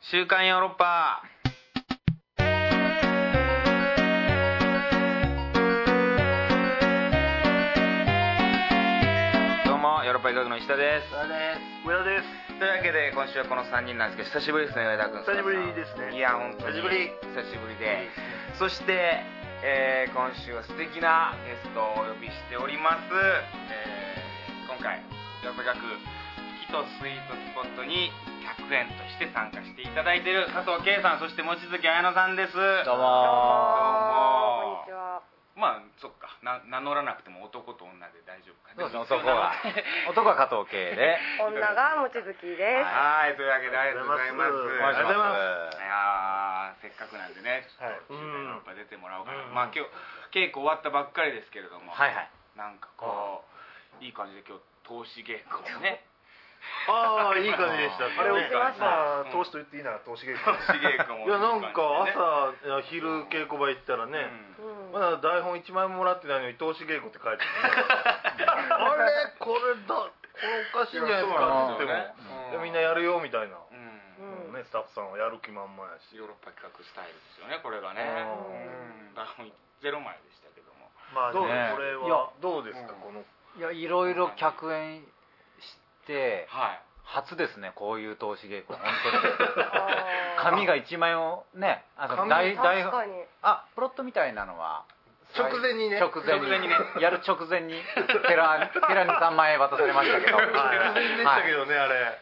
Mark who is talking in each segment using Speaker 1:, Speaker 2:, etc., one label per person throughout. Speaker 1: 週刊ヨーロッパ。どうも、ヨーロッパ医学の石田です。
Speaker 2: 田です上田です
Speaker 1: というわけで、今週はこの3人なんですけど、久しぶりですね、上田君。
Speaker 2: 久しぶりですね
Speaker 1: いや、本当に。
Speaker 2: 久しぶり
Speaker 1: 久しぶりで。そして、えー今週は素敵なゲストをお呼びしております、えー今回ヨーロッパ医学木とスイートスポットに100円として参加していただいている加藤圭さんそして望月彩乃さんです
Speaker 3: どう
Speaker 4: どうもこ
Speaker 1: も
Speaker 4: んにちは。
Speaker 1: まあそっかな名乗らなくても男と女で大丈夫か
Speaker 3: そうですね男 は男は加藤圭で
Speaker 4: 女が望月です。
Speaker 1: はいというわけでありがとうございます
Speaker 2: ありがとうござい
Speaker 3: お願いします
Speaker 2: ありがとうござい
Speaker 1: いやーせっかくなんでね、ちょ
Speaker 2: はい
Speaker 1: っと中
Speaker 2: うん
Speaker 1: やっぱ出てもらおうかな、
Speaker 2: うん
Speaker 1: まあ今日稽古終わったばっかりですけれども、
Speaker 3: はいはい
Speaker 1: なんかこういい感じで今日投資稽古をね
Speaker 2: ああいい感じでした
Speaker 4: あれを聞きました
Speaker 2: まあ投資と言っていいなら投資稽古
Speaker 1: 投資稽古も
Speaker 2: いやなんか
Speaker 1: 朝
Speaker 2: 朝いや昼稽古場行ったらね、
Speaker 4: うん
Speaker 2: まだ台本一枚もらってないのに投資稽古って書いて あるあれこれだこれおかしいんじゃないですかって言っても、みんなやるよみたいな、
Speaker 1: うん、
Speaker 4: う
Speaker 1: うん
Speaker 4: ん
Speaker 2: ね、スタッフさんはやる気満々やし
Speaker 1: ヨーロッパ企画スタイルですよねこれがね
Speaker 2: う
Speaker 1: うんだからもうゼロ枚でしたけども
Speaker 2: まあ
Speaker 3: どう
Speaker 2: ねこれ
Speaker 3: いや
Speaker 2: はどうですか、
Speaker 1: うん
Speaker 2: この
Speaker 3: いやいろいろ客演して
Speaker 1: はい
Speaker 3: 初ですねこういう投資稽古本当 に
Speaker 4: あー
Speaker 3: 紙が一枚をねあの
Speaker 2: 紙
Speaker 3: 台台
Speaker 4: 確かに。
Speaker 3: あプロットみたいなのは
Speaker 2: 直前にね
Speaker 3: 直前に
Speaker 1: 直前にね
Speaker 3: やる直前に 寺寺に3万円渡されましたけどはい
Speaker 2: 突然でしたけどね、あれ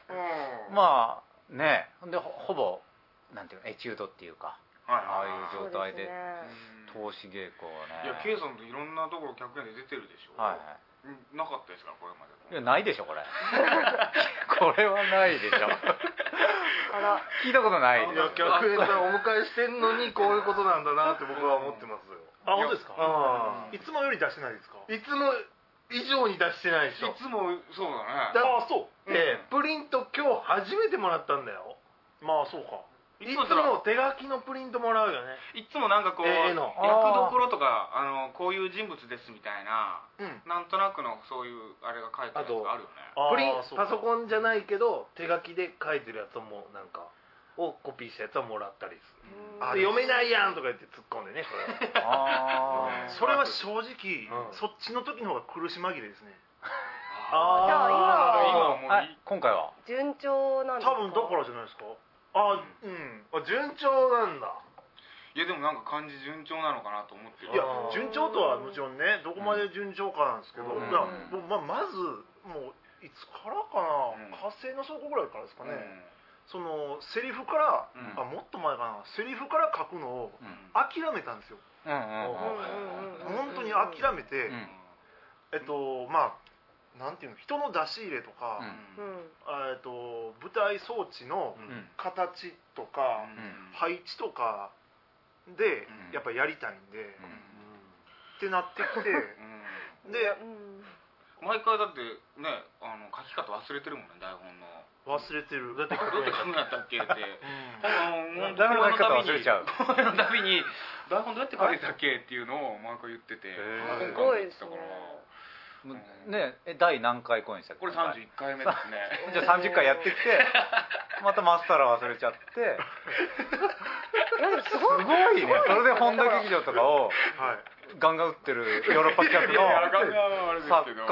Speaker 1: うん
Speaker 3: まあねほんでほほぼなんていうのエチュードっていうかああいう
Speaker 1: は
Speaker 3: 状態で
Speaker 4: そうです
Speaker 1: い
Speaker 4: ね
Speaker 3: 投資稽古を
Speaker 1: いや
Speaker 3: ね
Speaker 1: K さんといろんなところ客演で出てるでしょ
Speaker 3: はいはい
Speaker 1: うんなかったですかこれま
Speaker 3: い
Speaker 1: で
Speaker 3: やないでしょこれ これはないでしょ
Speaker 4: あら、
Speaker 3: 聞いたことない
Speaker 2: い
Speaker 3: で
Speaker 2: や
Speaker 3: す
Speaker 2: 逆にさんお迎えしてんのにこういうことなんだなって僕は思ってますよ
Speaker 5: あ本当ですか
Speaker 2: あ
Speaker 5: いつもより出してないですか
Speaker 2: いつも以上に出してないでし
Speaker 1: い
Speaker 2: ょ
Speaker 1: つもそうだね
Speaker 2: だ
Speaker 5: あそ
Speaker 1: う
Speaker 5: う
Speaker 1: ん
Speaker 2: でプリント今日初めてもらったんだよ
Speaker 5: まあそうか
Speaker 2: い
Speaker 1: いつ
Speaker 2: つ
Speaker 1: もだから
Speaker 2: も手書きのプリントもらうよね
Speaker 1: いつもなんかこう
Speaker 2: ええ
Speaker 1: 役
Speaker 2: の
Speaker 1: どころとかあのこういう人物ですみたいな
Speaker 2: うん
Speaker 1: なんとなくのそういうあれが書いてあるやつがあるよね
Speaker 5: あ
Speaker 2: プリン
Speaker 5: そうか
Speaker 2: パソコンじゃないけど手書きで書いてるやつもなんかをコピーしたやつはもらったりする
Speaker 4: うん
Speaker 2: で読めないやんとか言って突っ込んでねこれは
Speaker 3: あ
Speaker 5: それは正直、
Speaker 2: うん
Speaker 5: そっちの時の方が苦し紛れですね
Speaker 1: あー
Speaker 4: じゃ
Speaker 1: あ今
Speaker 4: あ
Speaker 1: はもういい
Speaker 3: 今回は
Speaker 4: 順調なんです
Speaker 5: 多
Speaker 4: か。
Speaker 5: 分だからじゃないですかあ
Speaker 2: うんあ順調なんだ
Speaker 1: いやでもなんか感じ順調なのかなと思ってる
Speaker 5: いや
Speaker 2: あー
Speaker 5: 順調とはもちろんねどこまで順調かなんですけど、
Speaker 2: うん
Speaker 5: いやもうままずもういつからかな、
Speaker 1: うん
Speaker 5: 火星の倉庫ぐらいからですか
Speaker 1: うん
Speaker 5: ね、そのセリフから、
Speaker 1: うん
Speaker 5: あもっと前かなセリフから書くのを
Speaker 3: うん
Speaker 5: 諦めたんですよ
Speaker 3: うんうん
Speaker 4: うん
Speaker 3: うん
Speaker 4: うんうん。
Speaker 5: 本当に諦めて、
Speaker 3: うん
Speaker 5: えっとまあなんていうの人の出し入れとか、
Speaker 3: うん
Speaker 4: う
Speaker 1: うん
Speaker 4: ん。
Speaker 5: あえっと舞台装置の
Speaker 1: うん
Speaker 3: うん
Speaker 5: 形とか、配置とかで
Speaker 1: うん
Speaker 5: やっぱやりたいんで、っ
Speaker 3: うん
Speaker 5: てなってきて で
Speaker 4: うん
Speaker 1: 毎回だってねあの書き方忘れてるもんね台本の
Speaker 5: 忘れてるだって
Speaker 1: どうやって書くんだったっけって
Speaker 3: 台本の書き方忘れちゃう
Speaker 1: このたびに台本どうやって書いてたっけっていうのを毎回言ってて
Speaker 3: へー
Speaker 4: すごいですね。
Speaker 3: もうねえ第何回公演でしたっけ
Speaker 1: これ
Speaker 3: 今回
Speaker 1: 31回目ですね
Speaker 3: じゃあ30回や ってきてまたマスターラ忘れちゃって
Speaker 4: いやでもす
Speaker 3: す
Speaker 4: ごい。
Speaker 3: ごいねそれで本田劇場とかを
Speaker 5: はい
Speaker 3: ガンガン打ってるヨーロッパ企画
Speaker 1: いやいやガンガ
Speaker 3: の
Speaker 1: ンはあれですけ
Speaker 3: 作
Speaker 1: ど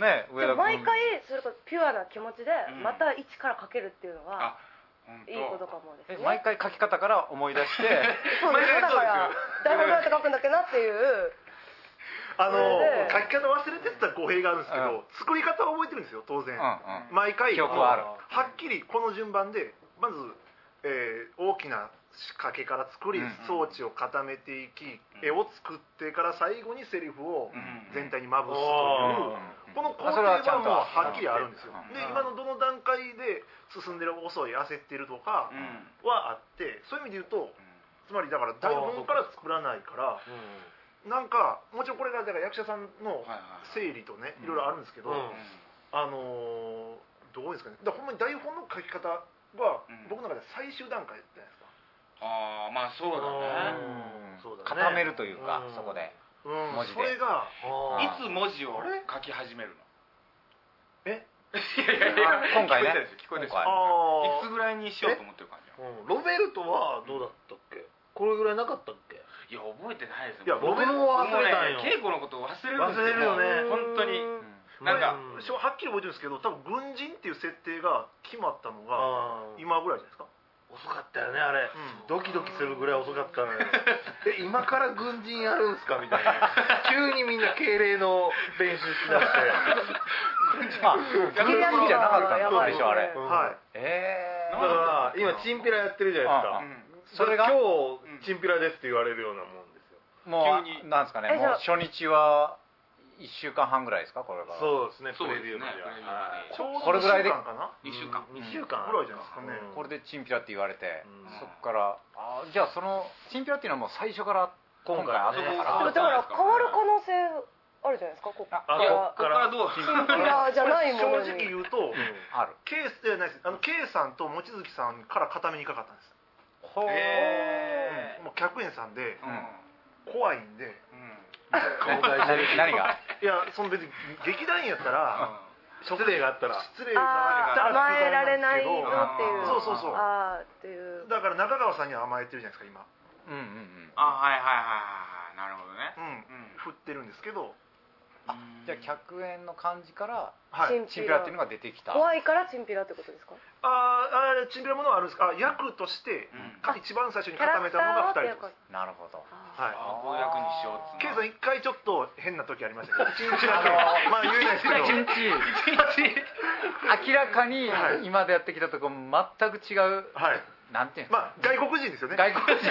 Speaker 3: 家ね上
Speaker 4: で
Speaker 3: 田
Speaker 4: も
Speaker 3: 君
Speaker 4: 毎回それこそピュアな気持ちで
Speaker 1: うん
Speaker 4: また一から書けるっていうの
Speaker 1: あ
Speaker 4: が
Speaker 1: 本当
Speaker 4: いいことかもです
Speaker 3: え
Speaker 4: ね。
Speaker 3: 毎回書き方から思い出 して
Speaker 4: そうですよだから台本どうやって書くんだっけなっていう。
Speaker 5: あの
Speaker 4: ええ
Speaker 5: 書き方忘れてたら語弊があるんですけど、作り方は覚えてるんですよ当然、
Speaker 3: う
Speaker 5: 毎回
Speaker 3: 記憶はある
Speaker 5: はっきりこの順番でまず、えー大きな仕掛けから作り、
Speaker 3: うん
Speaker 5: 装置を固めていき、
Speaker 1: ん
Speaker 5: 絵を作ってから最後にセリフを
Speaker 1: うん
Speaker 5: 全体にまぶすという、
Speaker 2: お
Speaker 5: この工
Speaker 3: あそ
Speaker 5: 程
Speaker 3: れ
Speaker 5: は
Speaker 3: はちゃんと
Speaker 5: もうはっきりあるんですよ、
Speaker 3: うん
Speaker 5: で今のどの段階で進んでる遅い焦ってるとか
Speaker 1: うんうん
Speaker 5: はあってそういう意味で言うとつまりだから台本から作らないからなんかもちろんこれがだから役者さんの
Speaker 1: はいはい
Speaker 5: 整理とね
Speaker 1: うん
Speaker 5: いろいろあるんですけど、
Speaker 2: うん
Speaker 5: あのーどうですかねだからほんまに台本の書き方は
Speaker 1: うん
Speaker 5: 僕の中で最終段階じゃないですか、
Speaker 1: ああまあそうだね
Speaker 3: ん
Speaker 5: そうだね
Speaker 3: 固めるというか
Speaker 2: うん
Speaker 3: そこで
Speaker 5: うん
Speaker 3: 文字で
Speaker 5: それが
Speaker 3: うん
Speaker 1: い
Speaker 2: あ
Speaker 1: つ文字を書き始めるの
Speaker 5: え
Speaker 1: いやいやいや
Speaker 3: 今回
Speaker 1: 聞こえ
Speaker 3: ね
Speaker 1: てるでしょ聞こえてるでし
Speaker 3: 今
Speaker 1: ょ
Speaker 3: 回
Speaker 5: あ
Speaker 1: いつぐらいにしようと思ってる感じなの
Speaker 2: うんロベルトはどうだったっけこれぐらいなかったっけ
Speaker 1: いや覚えてないです
Speaker 2: いや僕も忘れたんよ
Speaker 1: もうね稽古のことを忘れるんです
Speaker 2: 忘れるよね
Speaker 1: 本当に
Speaker 4: うん
Speaker 1: なんか
Speaker 2: うん
Speaker 5: しょはっきり覚えてるんですけど多分軍人っていう設定が決まったのが
Speaker 2: あー
Speaker 5: 今ぐらいじゃないですか
Speaker 2: 遅かったよねあれ、
Speaker 5: ん
Speaker 2: ドキドキするぐらい遅かったのよえ今から軍人やるんすかみたいな 急にみんな敬礼の練習しだして
Speaker 3: あ軍人じゃなかったんだ
Speaker 4: やば
Speaker 3: 最
Speaker 4: い
Speaker 3: 初あれ
Speaker 2: うん
Speaker 5: はい
Speaker 3: え
Speaker 2: だ
Speaker 3: え
Speaker 2: から今チンピラやってるじ
Speaker 1: う
Speaker 2: ゃないで
Speaker 1: ん
Speaker 2: す
Speaker 3: そ
Speaker 2: か
Speaker 3: れが
Speaker 2: 今
Speaker 1: うん
Speaker 2: 日チンピラですって言われるようなもんですよ
Speaker 3: もう
Speaker 1: 急に
Speaker 3: なんですかね
Speaker 4: えじ
Speaker 3: も
Speaker 4: ゃ
Speaker 3: う
Speaker 4: あ
Speaker 3: 初日は1週間半ぐらいですかこれが
Speaker 2: そうですね
Speaker 1: そうですね
Speaker 2: プレビューまでは
Speaker 1: プレビューまで
Speaker 2: はい
Speaker 5: ちょうど一
Speaker 3: これぐらいで
Speaker 5: 週間
Speaker 1: 一週間
Speaker 5: かな
Speaker 2: うん二週間
Speaker 5: ぐらいじゃないですかね
Speaker 2: うん
Speaker 3: これでチンピラって言われて、
Speaker 2: うん
Speaker 3: そっからあじゃあそのチンピラっていうのはもう最初から今回後
Speaker 2: 今回ね
Speaker 3: だか
Speaker 1: あ
Speaker 4: で
Speaker 3: ら、
Speaker 4: もだから変わる可能性あるじゃないですかここか
Speaker 2: あ
Speaker 1: いや
Speaker 4: ら
Speaker 1: ここからどう
Speaker 4: チンピラじゃないものに
Speaker 5: 正直言うと、
Speaker 3: ある
Speaker 5: K じゃないですあの K さんと望月さんから固めにかかったんです、
Speaker 3: ほー
Speaker 1: え
Speaker 5: もう客員さんで
Speaker 1: うんうん
Speaker 5: 怖いんで
Speaker 2: 公開してる
Speaker 3: 何何が
Speaker 5: いやその別に劇団員やったら
Speaker 2: 失礼があったら
Speaker 5: 失礼
Speaker 4: あ
Speaker 5: な
Speaker 4: ー甘えられないのっていう
Speaker 1: あー
Speaker 5: そうそうそう
Speaker 4: あーっていう
Speaker 5: だから中川さんには甘えてるじゃないですか今
Speaker 3: うんうんうん
Speaker 1: あはいはいはいはいはいなるほどね
Speaker 5: うん
Speaker 1: うん
Speaker 5: 振ってるんですけど
Speaker 3: あじゃあ客演の感じから
Speaker 5: はい
Speaker 3: チンピラっていうのが出てきた
Speaker 4: 怖いからチンピラってことですか
Speaker 5: あーあーチンピラものはあるんですかあ役として
Speaker 1: うん
Speaker 5: か一番最初
Speaker 4: キ
Speaker 5: に
Speaker 4: ャラ
Speaker 5: 固め
Speaker 4: クタ
Speaker 5: たのが
Speaker 4: ーって
Speaker 5: 2
Speaker 4: や
Speaker 5: 人です
Speaker 3: なるほど
Speaker 4: あ
Speaker 5: はい
Speaker 1: あ暴虐にしようっつう
Speaker 5: K さ
Speaker 1: の
Speaker 5: ん一回ちょっと変な時ありましたけど一日だけ
Speaker 3: あのー
Speaker 5: まあ言えないですけど
Speaker 3: 一日明らかに今までやってきたとこ全く違う
Speaker 5: はい
Speaker 3: なんていうんですか、
Speaker 5: まあ外国人ですよね
Speaker 3: 外国人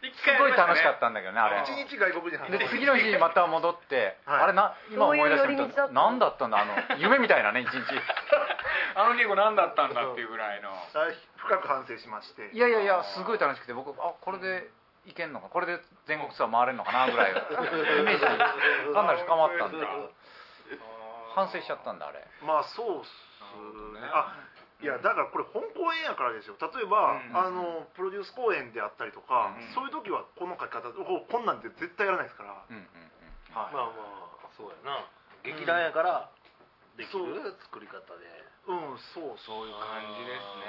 Speaker 1: 一
Speaker 3: すごい楽しかったたんだけどねあれ
Speaker 5: 一日外国人
Speaker 3: で次の日にまた戻って、
Speaker 5: はい
Speaker 3: あれな今思い出してみ
Speaker 4: どういう寄り道だ
Speaker 3: た
Speaker 4: っ
Speaker 3: ら
Speaker 4: たの
Speaker 3: 何だったんだあの 夢みたいなね一日
Speaker 1: あの稽古何だったんだっていうぐらいの
Speaker 5: あ深く反省しまして
Speaker 3: いやいやいやすごい楽しくて僕あこれでいけんのかこれで全国ツアー回れんのかなぐらいイメージかなり深まったんだ 反省しちゃったんだあれ
Speaker 5: まあそうっす
Speaker 1: なるほどね
Speaker 5: ねあいやだからこれ本公演やからですよ例えば、
Speaker 1: うん
Speaker 5: あのプロデュース公演であったりとか、
Speaker 1: うん
Speaker 5: そういう時はこの書き方こうこんなんて絶対やらないですから、
Speaker 3: うんうんうん
Speaker 5: はい
Speaker 2: まあまあそうやな劇団やからできる
Speaker 5: そう
Speaker 2: 作り方で
Speaker 5: うんそうそういう
Speaker 1: 感じですね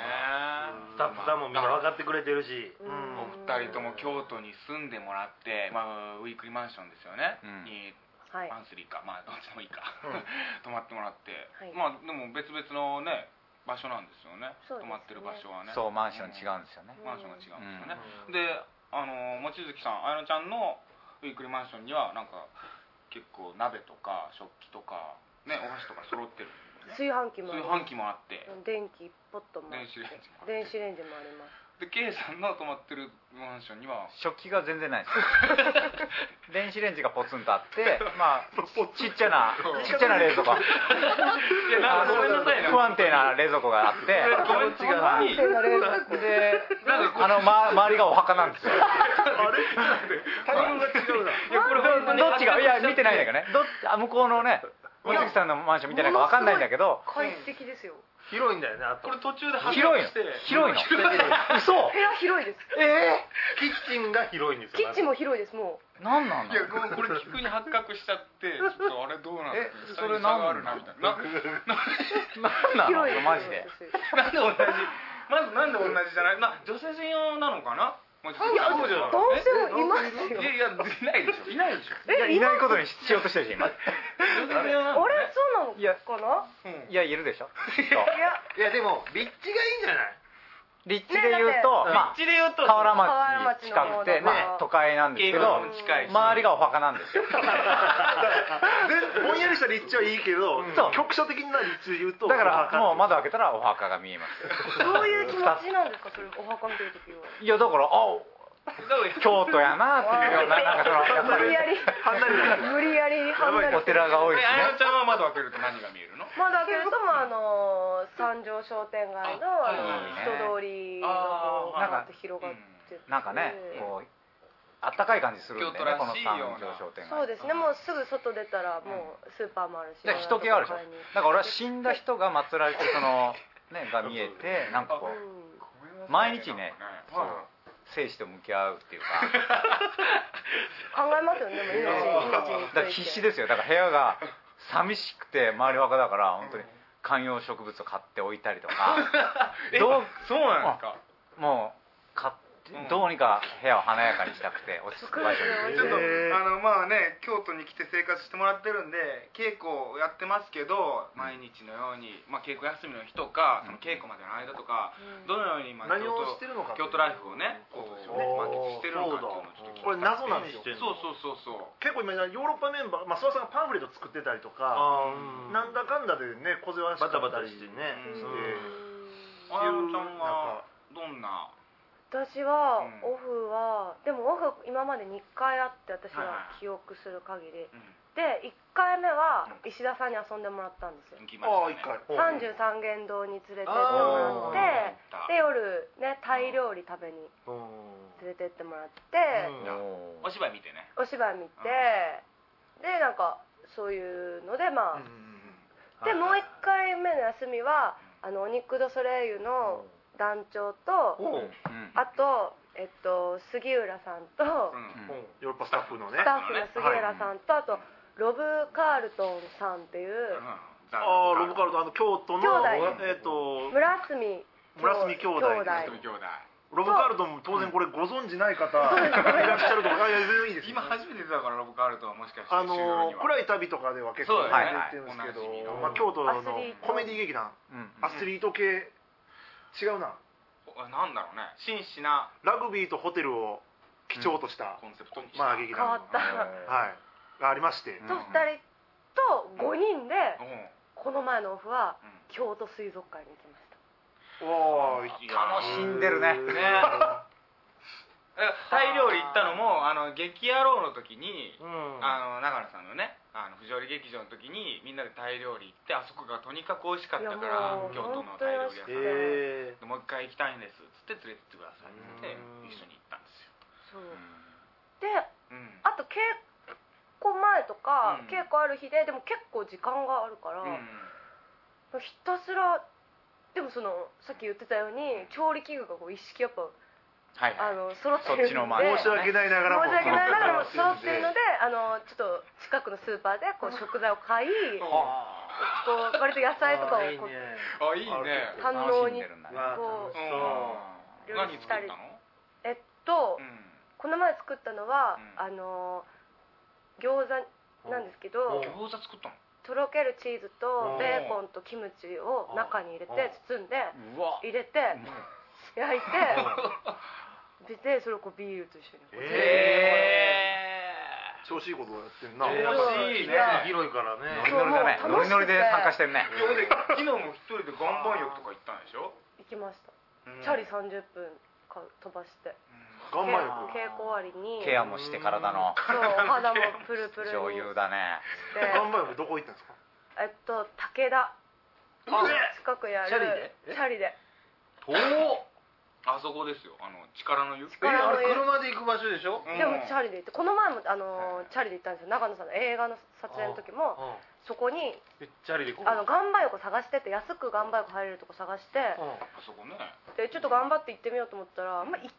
Speaker 2: スタッフさんもみんな分かってくれてるし
Speaker 4: ーう
Speaker 5: うん
Speaker 1: お二人とも京都に住んでもらって、まあ、ウィークリーマンションですよね、
Speaker 3: うん
Speaker 1: に
Speaker 4: はい
Speaker 1: マンスリーかまあどっちでもいいか、
Speaker 5: ん
Speaker 1: 泊まってもらって、
Speaker 4: はい
Speaker 1: まあでも別々のね場所なんですよね
Speaker 4: そうですね
Speaker 1: 泊まってる場所はね
Speaker 3: そうマンション違うんですよね
Speaker 1: マンションが違うんですよね、
Speaker 5: うん
Speaker 1: であの望月さん綾乃ちゃんのウィークリーマンションにはなんか結構鍋とか食器とか ねお箸とか揃ってる
Speaker 4: 炊飯器もあ
Speaker 1: 炊
Speaker 4: る
Speaker 1: 飯器もあって
Speaker 4: 電気ポットもあ
Speaker 1: 電
Speaker 4: る
Speaker 1: 子レンジもあって
Speaker 4: 電子レンジもあります
Speaker 1: で K さんの泊まってるマンションには
Speaker 3: 食器が全然ないです 電子レンジがポツンとあ ってまあちっちゃなちっちゃな冷 蔵庫
Speaker 1: いやなんかごめんなさいね
Speaker 3: 不安定な冷蔵庫があ って
Speaker 1: ごめんなさい
Speaker 4: 手の冷蔵庫
Speaker 3: であの、ま、周りがお墓なんですよ
Speaker 5: タイミングが違うな
Speaker 1: いやこれ本当に
Speaker 3: どっちがいや見てないんだけどねどっちあ向こうのね望月さんのマンション見てないか分かんないんだけど
Speaker 4: 快適ですよ
Speaker 2: 広いんだよねあと
Speaker 1: これ途中で発
Speaker 3: 広いの
Speaker 1: して
Speaker 3: 広いの嘘
Speaker 4: 部屋広いです
Speaker 3: え
Speaker 2: キッチンが広いんですよ
Speaker 4: キッチン
Speaker 2: も
Speaker 4: も広いですも
Speaker 3: えなんなんだ
Speaker 1: いやこれこれ急に発覚しちゃってちょっとあれどうなんだ
Speaker 3: え
Speaker 1: 下に
Speaker 3: それ
Speaker 1: 差があ
Speaker 3: 何
Speaker 1: る
Speaker 3: な
Speaker 1: なみ
Speaker 3: の
Speaker 1: たいなな
Speaker 3: なん
Speaker 4: う
Speaker 3: なの
Speaker 4: 広い
Speaker 3: マジで
Speaker 4: 私
Speaker 1: なんで同じまず なんで同じじゃないな女性専用なのかなもうちょっと
Speaker 4: いや
Speaker 1: そうじゃない
Speaker 4: 男性もいますよ
Speaker 1: いやいやいないでしょいないでしょ
Speaker 3: いや
Speaker 4: え
Speaker 3: いない
Speaker 4: 今
Speaker 3: ことにしようとしてるし今い
Speaker 1: 女性専用なの
Speaker 4: あれそうなの
Speaker 3: いや
Speaker 4: かな
Speaker 1: うん
Speaker 3: やいるでしょきっと
Speaker 4: いや
Speaker 2: いやでも立地がいいんじゃない
Speaker 3: 立地で言うと、
Speaker 2: ね
Speaker 3: まあ
Speaker 1: 立地で言うと
Speaker 3: 河原
Speaker 4: 河原
Speaker 3: 町
Speaker 4: 町
Speaker 3: に
Speaker 4: の
Speaker 3: 近
Speaker 4: 方
Speaker 3: くて、
Speaker 4: だから
Speaker 3: まあ都会なんです
Speaker 1: ゲ
Speaker 3: け
Speaker 1: ーム
Speaker 3: ど
Speaker 1: も近いし
Speaker 3: 周りがお墓なんですよ
Speaker 5: でぼんやりした立地はいいけど、
Speaker 3: んそう
Speaker 5: 局所的な立地で言うと
Speaker 3: だからもう
Speaker 5: ま
Speaker 3: 窓開けたらお墓が見えます
Speaker 4: どういう気持ちなんですかそれお墓見てる時はい
Speaker 3: やだからあ京都やなっていうようななんかその
Speaker 4: 無理やり
Speaker 5: 離れない
Speaker 4: 無理やり離れ
Speaker 3: お寺が多い
Speaker 1: え
Speaker 3: ですね
Speaker 1: あやのちゃんは窓開けると何が見えるの
Speaker 4: まだけれどもあの三条商店街のあ
Speaker 1: あ
Speaker 4: の
Speaker 3: いいね
Speaker 4: 人通りのこう
Speaker 1: あー
Speaker 4: バーって広がってて
Speaker 3: なんかねこうあったかい感じするんでね
Speaker 1: 京都らしい
Speaker 3: この三
Speaker 1: ような
Speaker 3: 条商店
Speaker 4: そう
Speaker 3: 街
Speaker 4: ですねもうすぐ外出たらもうスーパーもあるし
Speaker 3: じゃあ人気あるでしょ
Speaker 4: いろんなとこ
Speaker 3: だから俺は死んだ人が祀られてそのねが見えてなんかこ
Speaker 4: 買いに
Speaker 3: う
Speaker 4: うん
Speaker 3: 毎日ねそう
Speaker 1: は
Speaker 3: 生死と向き合うっていうか
Speaker 4: 考えますよね、でも命命について。
Speaker 3: だから必死ですよだから部屋が寂しくて周り若だから本当に観葉植物を買っておいたりとか
Speaker 1: い
Speaker 3: どう
Speaker 1: そうなんですか
Speaker 3: もう買って
Speaker 1: うん
Speaker 3: どうにか部屋を華やかにしたくて落ち着く場所
Speaker 1: ち
Speaker 3: に
Speaker 1: ょっと、
Speaker 5: へー
Speaker 1: あのまあね京都に来て生活してもらってるんで稽古をやってますけど毎日のように、まあ、稽古休みの日とかその稽古までの間とか、どのように、まあ、
Speaker 5: 何
Speaker 1: 京
Speaker 5: を
Speaker 1: 都
Speaker 5: してるのか
Speaker 1: 京都ライフをねこう満喫してるのかっていうのをちょっと聞きたい
Speaker 5: これ謎なんですよ
Speaker 2: してんの
Speaker 1: そうそうそうそう
Speaker 5: 結構今ヨーロッパメンバー、まあ、諏訪さんがパンフレット作ってたりとか
Speaker 2: あーうん
Speaker 5: なんだかんだでね小勢は
Speaker 2: バタバタしてね
Speaker 1: うん
Speaker 5: して
Speaker 1: あやむちゃんはどんな
Speaker 4: 私は
Speaker 1: うん
Speaker 4: オフは、でもオフ今まで2回あって私
Speaker 1: はいはい
Speaker 4: は記憶する限
Speaker 1: う
Speaker 4: り、
Speaker 1: ん
Speaker 4: で1回目は
Speaker 1: う
Speaker 4: 石田さんに遊んでもらったんですよ
Speaker 1: 行きま
Speaker 5: ああ
Speaker 1: し
Speaker 5: 一
Speaker 1: たね
Speaker 5: 回
Speaker 4: 33元堂に連れてって
Speaker 1: 行
Speaker 4: もらって
Speaker 1: った
Speaker 4: で夜ねタイ料理食べに
Speaker 2: うん
Speaker 4: 連れてってもらって、
Speaker 2: う
Speaker 1: お
Speaker 3: お
Speaker 2: ん
Speaker 3: ー
Speaker 1: 芝居見てね
Speaker 4: お芝居見て、でなんかそういうのでまあ、でもう1回目の休みはあのお肉ドソレイユの団長と、
Speaker 5: おう
Speaker 3: うん
Speaker 4: あと、えっと、杉浦さんと、
Speaker 1: うん
Speaker 3: うん
Speaker 5: ヨーロッパスタッフのね
Speaker 4: スタッフの杉浦さんと、あとロブ・カールトンさんっていううん
Speaker 5: ああロブカルトあの京都の
Speaker 4: 兄弟
Speaker 5: えっ、と
Speaker 4: 村住
Speaker 5: 村住兄弟
Speaker 4: 兄弟
Speaker 1: 一人兄弟
Speaker 5: ロブカルトも当然これご存じない方いらっしゃると思うあいや全然いいですよ
Speaker 1: 今初めてだからロブカールトはもしかして
Speaker 5: あ
Speaker 1: 収録
Speaker 5: の
Speaker 1: には
Speaker 5: 暗い旅とかでは結
Speaker 1: そ
Speaker 5: 構
Speaker 1: う
Speaker 5: 出
Speaker 1: だ
Speaker 3: ね
Speaker 5: てるんですけど
Speaker 1: はいはいおなじみの、
Speaker 5: まあ、京都の
Speaker 4: アスリート
Speaker 5: コメディ劇団
Speaker 3: うん
Speaker 5: アスリート系違うな
Speaker 1: おなんだろうね真摯な
Speaker 5: ラグビーとホテルを基調とした、
Speaker 1: コンセプトにして
Speaker 5: まあ劇団の
Speaker 4: 変わった
Speaker 5: はいがありまして、
Speaker 4: と2人と5人で
Speaker 1: うんうん
Speaker 4: この前のオフは
Speaker 1: うん
Speaker 4: 京都水族館に行きました
Speaker 5: おー
Speaker 1: 楽
Speaker 3: しんでるね
Speaker 1: ねえタイ料理行ったのもあの激野郎の時に
Speaker 2: うん
Speaker 1: あの長野さんのねあの藤織劇場の時にみんなでタイ料理行ってあそこがとにかく美味しかったから
Speaker 4: いやもう
Speaker 1: 京都のタイ料理屋さん
Speaker 4: 本当に
Speaker 1: でもう一回行
Speaker 4: 美味し
Speaker 2: え
Speaker 1: きたいんですっつって連れてってくださいって
Speaker 2: う
Speaker 1: 一
Speaker 2: ん
Speaker 1: 緒に行ったんですよ
Speaker 4: そう
Speaker 3: う
Speaker 4: で
Speaker 1: うん
Speaker 4: あと稽古前とか、
Speaker 1: うん
Speaker 4: 稽古ある日ででも結構時間があるから、ひたすらでもそのさっき言ってたように調理器具がこう一式やっぱ
Speaker 3: はいはい
Speaker 4: あの揃ってるんで
Speaker 3: そっちの前
Speaker 5: 申し訳ないながらも
Speaker 4: 申し訳ないながらも揃ってるの
Speaker 5: で
Speaker 4: であのちょっと近くのスーパーでこう食材を買いこ
Speaker 2: あ
Speaker 4: う割と野菜とかを
Speaker 2: あいい
Speaker 4: こう
Speaker 2: ね
Speaker 1: あいいね
Speaker 4: 堪能に
Speaker 3: 楽しんでるんだね
Speaker 2: わあ
Speaker 4: こう
Speaker 2: 楽し
Speaker 1: うん
Speaker 4: そう
Speaker 1: 何作ったの
Speaker 4: えっと
Speaker 1: うん
Speaker 4: この前作ったの
Speaker 1: う
Speaker 4: は
Speaker 1: ん
Speaker 4: あの餃子なんですけど
Speaker 1: 餃子作ったの
Speaker 4: とろけるチーズと
Speaker 2: うん
Speaker 4: ベーコンとキムチを中に入れて包んで
Speaker 3: うわ
Speaker 4: 入れて焼いてでそれをこうビールと一緒に
Speaker 5: え調子いいことやってるな、
Speaker 2: そう
Speaker 1: えー
Speaker 2: やっぱ
Speaker 1: いいね
Speaker 2: り広いから
Speaker 3: ノリ
Speaker 2: ね
Speaker 3: ノリだね
Speaker 4: そう
Speaker 3: ノ
Speaker 4: もう楽しくて
Speaker 3: リノリで参加
Speaker 1: いやだって昨
Speaker 3: してるね
Speaker 1: 日も一人で岩盤浴とか行ったんでしょ
Speaker 4: 行きました
Speaker 1: うん
Speaker 4: チャリ30分か飛ばして
Speaker 1: うん
Speaker 5: 頑張れよ
Speaker 4: 稽稽古終わりに
Speaker 3: ケアもして体の
Speaker 4: そう肌もプルプルに
Speaker 3: 女優だね
Speaker 4: して
Speaker 5: 頑張れよどこ行ったんですか
Speaker 4: えっと武田
Speaker 2: あ
Speaker 4: 近くにある
Speaker 2: チャリ
Speaker 4: チャリ
Speaker 2: で
Speaker 4: で
Speaker 1: おおあそこですよあの力の湯
Speaker 2: え
Speaker 4: 力
Speaker 2: あれ車で行く場所でし
Speaker 1: う
Speaker 2: ょ
Speaker 1: ん
Speaker 4: でもチャリで行ってこの前もあ
Speaker 1: う
Speaker 4: の
Speaker 1: ん
Speaker 4: チャリで行ったんですよ長野さんの映画の撮影の時もそこに
Speaker 2: うんチャリでこう
Speaker 4: あの岩盤浴探してて安く岩盤浴入れるとこ探して
Speaker 2: うん
Speaker 1: あそこね
Speaker 4: でちょっと頑張って行ってみようと思ったら、まあ、い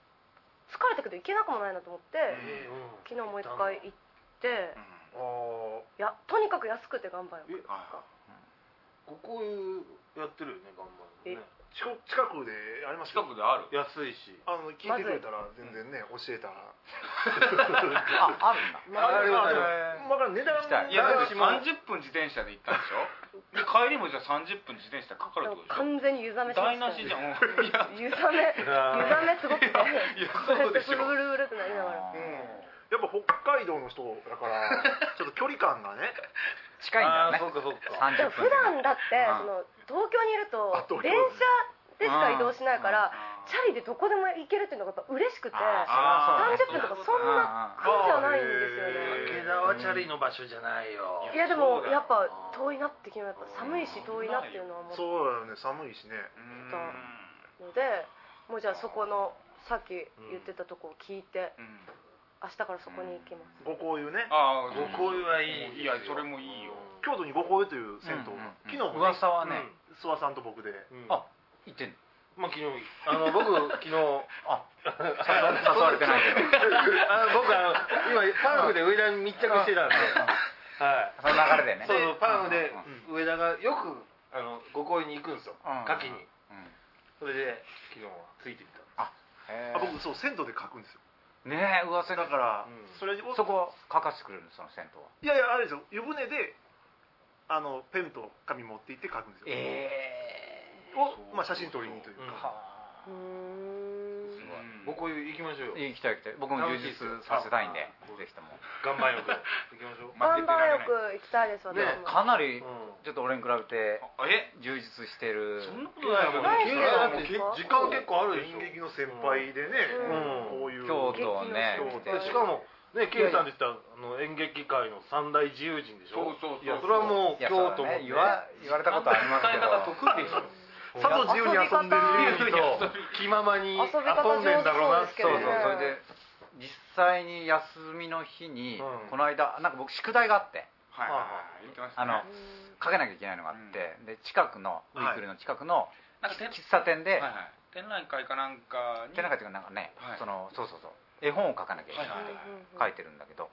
Speaker 4: 疲れたけど行けなくもないなと思って
Speaker 2: えーうん
Speaker 4: 昨日もう一回行って
Speaker 1: うん
Speaker 5: あー
Speaker 4: いやとにかく安くて岩盤浴
Speaker 2: え
Speaker 1: は
Speaker 2: ここやってるよね頑張るね
Speaker 5: 近近くであり
Speaker 1: い
Speaker 5: ます
Speaker 1: 近
Speaker 5: よ
Speaker 1: くである
Speaker 2: 安いし
Speaker 5: あの聞いてくれたら全然ね、教えたら、
Speaker 3: ああるんだ
Speaker 5: まあ、
Speaker 2: ありがとうござ
Speaker 5: まあ
Speaker 2: います
Speaker 5: 値段
Speaker 3: 行きた
Speaker 5: が
Speaker 1: いやだって
Speaker 2: 私も
Speaker 1: 30分自転車で行ったんでしょで帰りもじゃあ30分自転車かか
Speaker 4: で
Speaker 1: るっ
Speaker 4: も
Speaker 1: てことでし
Speaker 4: 完全に湯冷め
Speaker 1: ょ
Speaker 4: し
Speaker 1: 台
Speaker 4: ました
Speaker 1: 無しじゃんうんいや いやそう
Speaker 4: 湯冷め湯冷めすごくて
Speaker 1: でしょ
Speaker 4: ブルブルブルってなりながら
Speaker 5: やっぱ北海道の人だからちょっと距離感がね
Speaker 3: 近いんだよね
Speaker 2: あーそうかそうか
Speaker 3: 30
Speaker 4: でも
Speaker 3: 分
Speaker 4: 普段だって
Speaker 3: うん
Speaker 4: その東京にいると
Speaker 5: あ東京
Speaker 4: 電車でしか移動しないから
Speaker 1: うん
Speaker 4: チャリでどこでも行けるっていうのがやっぱ嬉しくて
Speaker 3: あ
Speaker 1: あー
Speaker 4: 30分とかそんな感じじゃないんですよ
Speaker 5: うん
Speaker 4: ね
Speaker 2: 池田はチャリの場所じゃないよ
Speaker 1: うん
Speaker 4: いやで
Speaker 1: そ
Speaker 4: も
Speaker 1: うだよ
Speaker 4: やっぱ遠いなって昨日やっぱ寒いし遠いなっていうのは思っ
Speaker 5: そうだよね寒いしね
Speaker 1: うん
Speaker 4: ちょたのでもうじゃあそこのさっき言ってたとこを聞いて
Speaker 1: うん
Speaker 4: 明日からそこに行きます
Speaker 5: 五香湯ね
Speaker 1: ああ
Speaker 2: ご好意はいい
Speaker 1: いやそれもいいよ
Speaker 5: 京都に五香湯という銭湯が、
Speaker 3: うんうんうん
Speaker 5: 昨日、ね、
Speaker 3: 噂はね
Speaker 5: 諏訪さんと僕で
Speaker 2: あ
Speaker 3: あ行ってんの
Speaker 2: まあ昨日あの僕昨日
Speaker 3: あ誘われてないけど
Speaker 2: あの僕あの今パンフで上田に密着してたんではい
Speaker 3: その流れでね
Speaker 2: そうそうパンフで
Speaker 3: うん
Speaker 2: 上田がよくあのご好意に行くんですよ
Speaker 3: うん
Speaker 2: 牡蠣
Speaker 3: う
Speaker 2: に
Speaker 3: ん
Speaker 2: それで昨日はついていった
Speaker 3: へ
Speaker 5: あ
Speaker 3: ー
Speaker 5: 僕そう銭湯で書くんですよ
Speaker 3: ねえ噂
Speaker 5: だから、
Speaker 2: うん
Speaker 5: それを
Speaker 3: そこ書かしてくれるんですその銭湯はい
Speaker 5: やいやあれですよ湯船であのペンと紙持って行って書くんですよ、
Speaker 3: え
Speaker 5: を、まあ、写真撮りにという
Speaker 2: うん
Speaker 5: か、
Speaker 3: は
Speaker 4: うーん
Speaker 2: すごい僕こういう行きましょうよ
Speaker 3: い行きたい行きたい僕も充実させたいんで
Speaker 2: あ
Speaker 3: ぜひとも
Speaker 2: 岩盤浴行きましょう
Speaker 1: まあ
Speaker 4: 岩盤浴行きたいです私
Speaker 2: ね
Speaker 4: も
Speaker 3: かなり
Speaker 2: うん
Speaker 3: ちょっと俺に比べて
Speaker 1: あえ
Speaker 3: 充実してる
Speaker 1: そんなことないよ
Speaker 4: ないですよ
Speaker 1: だって
Speaker 4: もうけ
Speaker 2: 時間結構あるでしょ
Speaker 5: 演劇の先輩でね、
Speaker 2: うん
Speaker 5: こういう
Speaker 3: 京都をね
Speaker 4: 劇の京都
Speaker 3: 来て
Speaker 2: でしかもねケイさんって言ったらあの演劇界の三大自由人でしょ
Speaker 1: そうそうそう
Speaker 2: やそれは
Speaker 3: い
Speaker 2: もう
Speaker 3: や
Speaker 2: 京
Speaker 3: そうだ
Speaker 2: 都も
Speaker 3: ね言わ言われたことありますけど
Speaker 1: 使い方得意でしょ
Speaker 5: さぞ自由に遊んでる
Speaker 2: と気ままに遊
Speaker 4: 遊び方上
Speaker 2: ん
Speaker 4: 手
Speaker 2: でんだろう
Speaker 4: そう
Speaker 2: なっ
Speaker 4: ですけ
Speaker 2: て
Speaker 4: ど
Speaker 3: そう
Speaker 4: ね
Speaker 3: そうそれで実際に休みの日に、
Speaker 2: うん
Speaker 3: この間なんか僕宿題があって
Speaker 1: はいはいはい言ってましたね
Speaker 3: あの書けなきゃいけないのがあって、で近くのウ
Speaker 5: はい
Speaker 3: ィークルの近くの
Speaker 1: なんか展
Speaker 3: 喫茶店で、
Speaker 1: はいはい展覧会かなんかに
Speaker 3: じゃなかったけどなんかね、
Speaker 1: はい
Speaker 3: そのそうそうそう絵本を書かなきゃいけない、
Speaker 1: はいはい
Speaker 3: 書いてるんだけど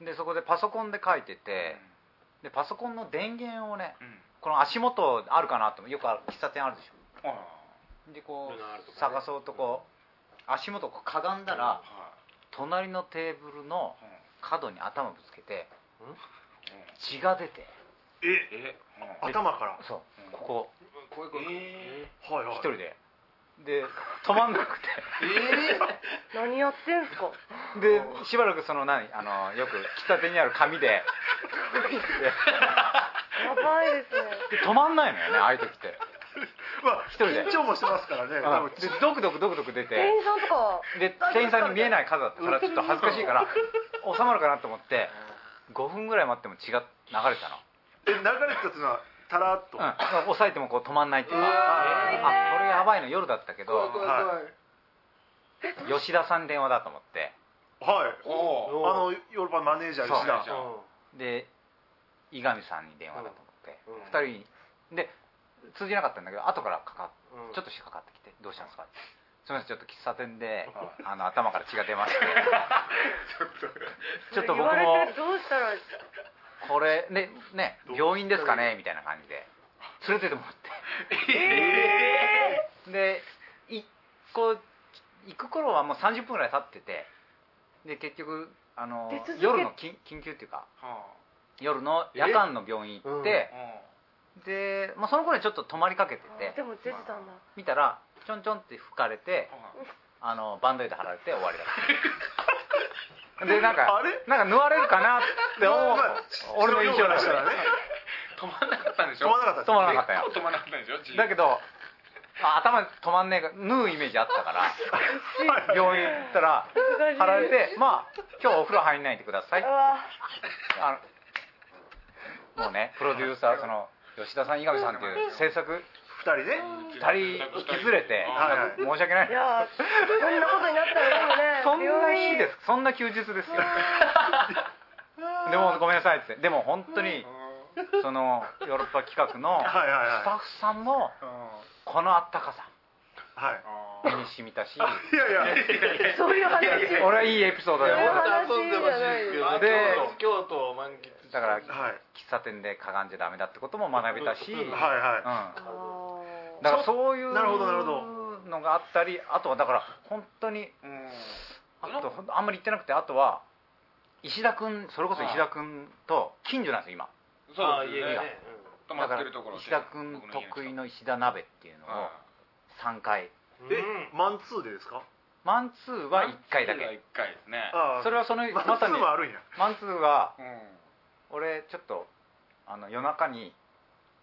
Speaker 3: でそこでパソコンで書いてて、でパソコンの電源をね
Speaker 1: うんうん
Speaker 3: この足元あるかなと思うよくある喫茶店あるでし
Speaker 1: はい
Speaker 3: ょでこ
Speaker 2: ルナールとか
Speaker 3: う
Speaker 2: ね
Speaker 3: 探そうとこう足元こうかがんだら
Speaker 1: は
Speaker 3: 隣のテーブルの
Speaker 1: いうん
Speaker 3: 角に頭ぶつけて
Speaker 2: うん
Speaker 3: 血が出て
Speaker 5: え
Speaker 1: えうん
Speaker 5: 頭から
Speaker 3: そう
Speaker 1: うん
Speaker 3: ここ
Speaker 2: こういうこと
Speaker 1: え
Speaker 5: はいはい
Speaker 3: 一人でで止まんなく
Speaker 4: 何やってんすか
Speaker 3: て でしばらくその何あのよく喫茶店にある紙で
Speaker 4: やばいですね
Speaker 3: で止まんないのよねああいう時って
Speaker 5: まあ
Speaker 3: 一人で
Speaker 5: 緊張もしてますからね多分
Speaker 3: うんでドクドクドクドク出て
Speaker 4: 店員さんとかは
Speaker 3: で店員さんに見えない数だったからちょっと恥ずかしいから収まるかなと思って5分ぐらい待っても血が流れてたの、
Speaker 5: え流れてたっていうのはたらっと、
Speaker 3: うん、抑えてもこう止まんないっていうか、
Speaker 5: あ
Speaker 4: ー
Speaker 3: あこれやばいの夜だったけど
Speaker 5: い怖
Speaker 2: い
Speaker 3: 吉田さん電話だと思って
Speaker 5: はい
Speaker 1: ーおお
Speaker 5: あのヨーロッパのマネージャー
Speaker 3: そう
Speaker 5: 吉田
Speaker 1: じゃあ
Speaker 3: で伊上さんに電話だと思って、
Speaker 2: うん
Speaker 3: 二人にで通じなかったんだけど後からかか
Speaker 2: うん
Speaker 3: ちょっとしかかってきて「どうしたんですか?」って「すみませんちょっと喫茶店であの頭から血が出ましてちょっと
Speaker 4: 言
Speaker 3: 僕
Speaker 4: われて
Speaker 3: も
Speaker 4: どうしたら
Speaker 3: これねね病院ですかね?」みたいな感じで連れてってもらってで一個行く頃はもう30分ぐらい経っててで結局あの
Speaker 4: 出続け
Speaker 3: 夜の緊緊急っていうか
Speaker 1: は
Speaker 3: 夜の夜間の病院行って、
Speaker 1: あ
Speaker 2: え
Speaker 1: うん
Speaker 3: で、まあ、その頃にちょっと止まりかけて
Speaker 4: で
Speaker 3: て
Speaker 4: も出てたんだ」
Speaker 3: 見たらちょんちょんって吹かれてあのバンドエイド貼られて終わりだ ったでなんか
Speaker 5: あれ
Speaker 3: なんか縫われるかなって思う俺の印象だ
Speaker 5: だ
Speaker 3: か
Speaker 5: かららね
Speaker 1: 止まんなかったんでし
Speaker 5: 止
Speaker 1: ょ
Speaker 5: まらなかった
Speaker 3: 止まらなかったよ
Speaker 1: 結構止まんなかったんでしょ
Speaker 3: だけどあ頭止まんねえか縫うイメージあったから病院行ったら貼られて「まあ今日お風呂入んないでくださいう
Speaker 4: わ
Speaker 3: あのもうねプロデューサーその吉田さん伊上さんっていう制作
Speaker 5: 二人ね
Speaker 3: 二人引き連れて
Speaker 5: はいはい
Speaker 3: 申し訳ない
Speaker 4: いやーこんなことになったらでもね
Speaker 3: そんな日
Speaker 4: 病
Speaker 3: で
Speaker 4: 院
Speaker 3: すそんな休日ですよ でもごめんなさいってでも本当にそのヨーロッパ企画の
Speaker 5: はいはいはい
Speaker 3: スタッフさんのこのあったかさ
Speaker 5: はい
Speaker 3: 身に染みたし
Speaker 5: いやいや
Speaker 4: そういう話
Speaker 3: 俺はいいエピソードだ
Speaker 4: いや
Speaker 3: よ
Speaker 4: 本当遊んでほしいですけど
Speaker 3: ね
Speaker 2: 京都を満喫して
Speaker 3: だから
Speaker 5: はい
Speaker 3: 喫茶店でかがんじゃダメだってことも学べたし、うん、だか
Speaker 5: はいはい
Speaker 4: あー
Speaker 3: らそういう
Speaker 5: なるほどなるほど
Speaker 3: のがあったりあとはだから本当にあとほんあんまり行ってなくてあとは石田君それこそ石田君と近所なんですよ今
Speaker 1: そう
Speaker 2: い
Speaker 1: です
Speaker 2: やい
Speaker 1: ね
Speaker 2: や
Speaker 1: 止ま
Speaker 3: だか
Speaker 1: っ
Speaker 3: ら
Speaker 1: てるところ
Speaker 3: 石田君得意の石田鍋っていうのを3回
Speaker 5: えマンツーでですか
Speaker 3: マンツーは1回だけ
Speaker 1: 1回ですね
Speaker 5: ああ
Speaker 3: それはその
Speaker 5: マン
Speaker 3: ま
Speaker 5: ツ
Speaker 3: さに
Speaker 5: ーもあるんや
Speaker 3: マンツーは
Speaker 1: うん
Speaker 3: 俺ちょっとあの夜中に